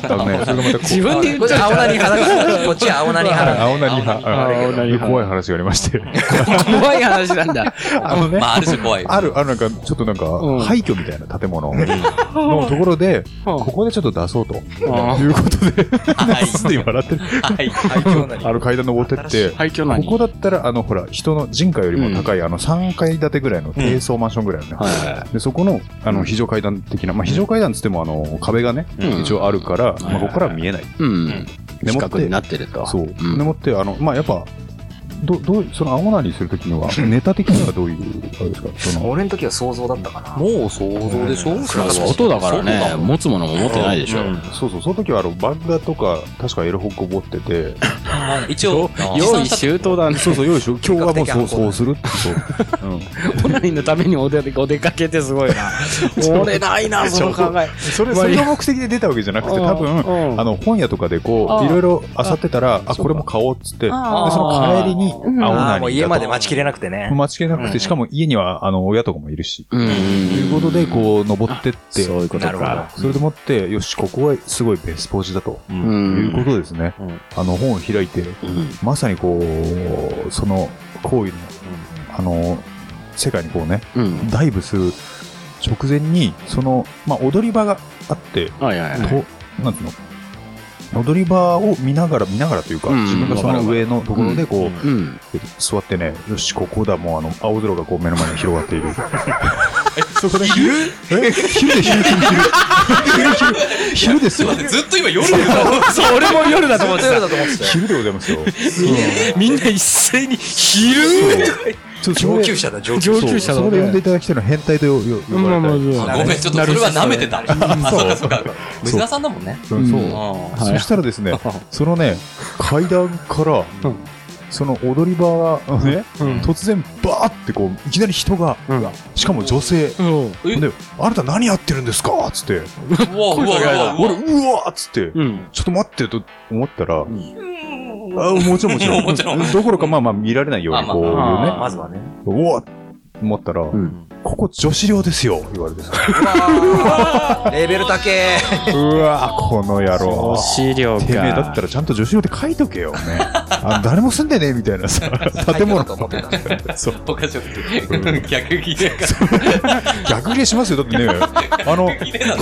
S3: あのね、それがまたこう
S5: 自分で言っ
S1: こっ
S5: ち
S1: ち
S5: ゃ
S1: 青
S5: う。
S1: ナニー派だから、こっちは青ナニー派だ
S3: 青なり
S5: 青なり
S3: 派。
S5: 派
S3: 怖い話がありまして。
S5: 怖い話なんだ。
S3: あのね
S4: まあ、ある種怖い。
S3: ある、あるなんか、ちょっとなんか、廃墟みたいな建物のところで、
S5: うん
S3: ここでちょっと出そうと。
S5: あ
S3: いうことで、
S8: はい
S3: すでに笑ってる。
S8: はい。
S1: 愛嬌なり
S3: あの階段登ってって、
S5: 廃墟な
S3: こ
S5: に
S3: こだったら、あの、ほら、人の人家よりも高い、あの、3階建てぐらいの低層マンションぐらいのね。
S5: はいは
S3: で、そこの、あの、非常階段的な、まあ、非常階段つっても、あの、壁がね、
S5: うん
S3: 一応あるから、
S5: い
S3: まあ、ここからは見えない。
S5: い。うん。
S3: で
S5: 近
S3: もっ
S5: くに
S3: て、
S5: なってると。
S3: そう。
S5: ん
S3: でもって、あの、まあ、やっぱ、ど、どう、その青なりするときには、ネタ的にはどういう、あれですか、その、
S1: 俺の時は想像だったかな
S8: もう想像でしょ
S5: そりゃ外だから
S8: 外
S5: ね
S8: だもん
S5: 持つものも持ってないでしょ、
S3: そうそう、その時は、あの、漫画とか、確かエロ本こぼって [laughs] て、
S8: 一応、
S5: 用意周到だね
S3: そうそう、よい [laughs] しょ、今日はもうそう、そうするって、そう。 [laughs] うん。
S5: オナニーのためにお出お出かけってすごい [laughs] な俺ないなその考え
S3: それ、それが目的で出たわけじゃなくて、多分、
S5: うん
S3: あの、本屋とかでこ
S5: あ
S3: う、
S5: あ
S3: いろいろ漁ってたら、あ、これも買おうっつって、で、その帰りに、青
S1: ああ
S3: な
S1: ーもう
S3: り
S1: 家
S3: だ
S1: ま
S3: と。
S1: で待ちきれなくてね
S3: 待ちきれなくて、しかも家には、あの、親とかもいるし。
S5: うん
S3: ということで、こう、登ってって、
S5: そういうこと
S1: なるほど
S5: か
S3: それでもって、よし、ここはすごいベスポジだと、
S5: う
S3: いうこ
S5: ん
S3: とですね。あの、本を開いて、まさにこう、その行為の、あの、世界にこうね、
S5: うん
S3: ダイブする直前に、その、まあ、踊り場があって、
S5: はいはいはい
S3: と、なんていうの踊り場を見ながら、見ながらというか、
S5: うん
S3: 自分がその上のところでこう、
S5: うん
S3: 座ってね、よし、ここだ、もうあの、青空がこう目の前に広がっている。
S4: そこで昼
S3: え昼で昼昼昼昼昼昼ですよ。
S4: ずっと今夜だ
S5: そう俺も夜だと思って
S1: そう
S5: た
S1: だと思ってたよ
S3: 昼でございますよ。
S5: みんな一斉に昼
S3: ちょっとそれ
S1: 上級者だ上級
S5: 上級者
S3: そ
S5: だ
S3: れで呼んでいただきたいのは変態とよよ呼ばれたり。
S5: ま
S8: ごめん、ちょっとそれは舐めてた。あ、そうかそうか。虫田さんだもんね。
S3: そう
S5: うん
S3: そう
S5: う
S4: [laughs]
S8: あ
S3: そしたらですね、そのね、階段から、その踊り場がね、突然バーってこう、いきなり人が、しかも女性。
S5: うん
S8: え
S3: で、あなた何やってるんですかっつって、
S8: ーうわうわうわう
S3: 俺、
S8: わ。
S3: うわっつって、
S5: うん
S3: ちょっと待ってと思ったら、あもちろんもちろん。
S8: もちろん
S3: どころかまあまあ見られないように
S8: まあ
S3: こういうね、
S5: ま
S1: まずはね
S3: うわっ思ったら、
S5: ん
S3: ここ女子寮ですよ言われてさ
S1: レベル高え
S3: うわこの野郎
S5: お資料
S3: てめえだっ
S5: か
S3: たらちゃんと女子寮って書いとけよ、ね、あ誰も住んでねえみたいなさ建物
S1: と思ってた
S3: そう
S8: おかしく逆ギレか。
S3: 逆切れしますよだってねあの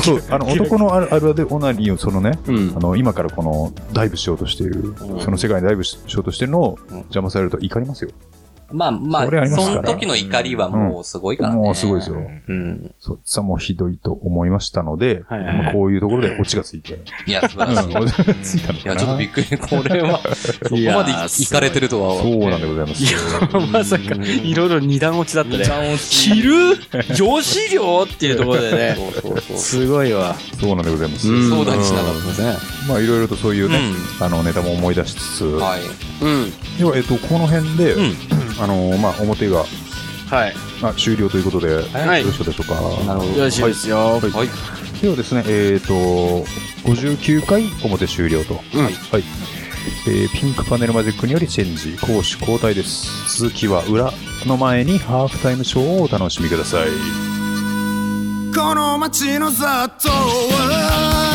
S3: そうあの男のあるあるあるでオナニーをそのね
S5: うん
S3: あの今からこのダイブしようとしている、その世界にダイブしようとしてるのを邪魔されると怒りますよ、
S8: まあまあ、
S3: それありますか
S8: そ
S3: ら
S8: の時の怒りはもうすごいからね。
S3: もうすごいですよ、
S8: うん。
S3: そっちはもうひどいと思いましたので、
S5: はいはいはい
S3: まあこういうところでオチがついて、
S8: いや、素
S3: う
S4: [laughs]
S8: 晴らしい。
S3: んオチがついたの
S8: い
S3: か
S8: や、
S3: な
S8: ちょっとびっくり。これは、そこまでいかれてるとは。
S3: そうなんでございます。
S5: まさかいろいろ二段落ちだったね昼上司料っていうところでねすごいわ
S3: そうなんでございます。
S5: うん
S8: 相談にしなかったですね。
S3: まあいろいろとそういうね、あのネタも思い出しつつ、
S8: はい。
S5: うん
S3: ではえっとこの辺で、
S8: ん
S3: [clears throat] あのまあ表が
S5: はい
S3: まあ終了ということで、
S5: はい
S3: よろしいでしょうか。
S8: なるほど。
S5: よろしいですよ
S3: はいではですね、えっ、と59回表終了と、
S5: うん
S3: はい。えーピンクパネルマジックによりチェンジ攻守交代です続きは裏の前にハーフタイムショーをお楽しみください
S2: この街の雑踏は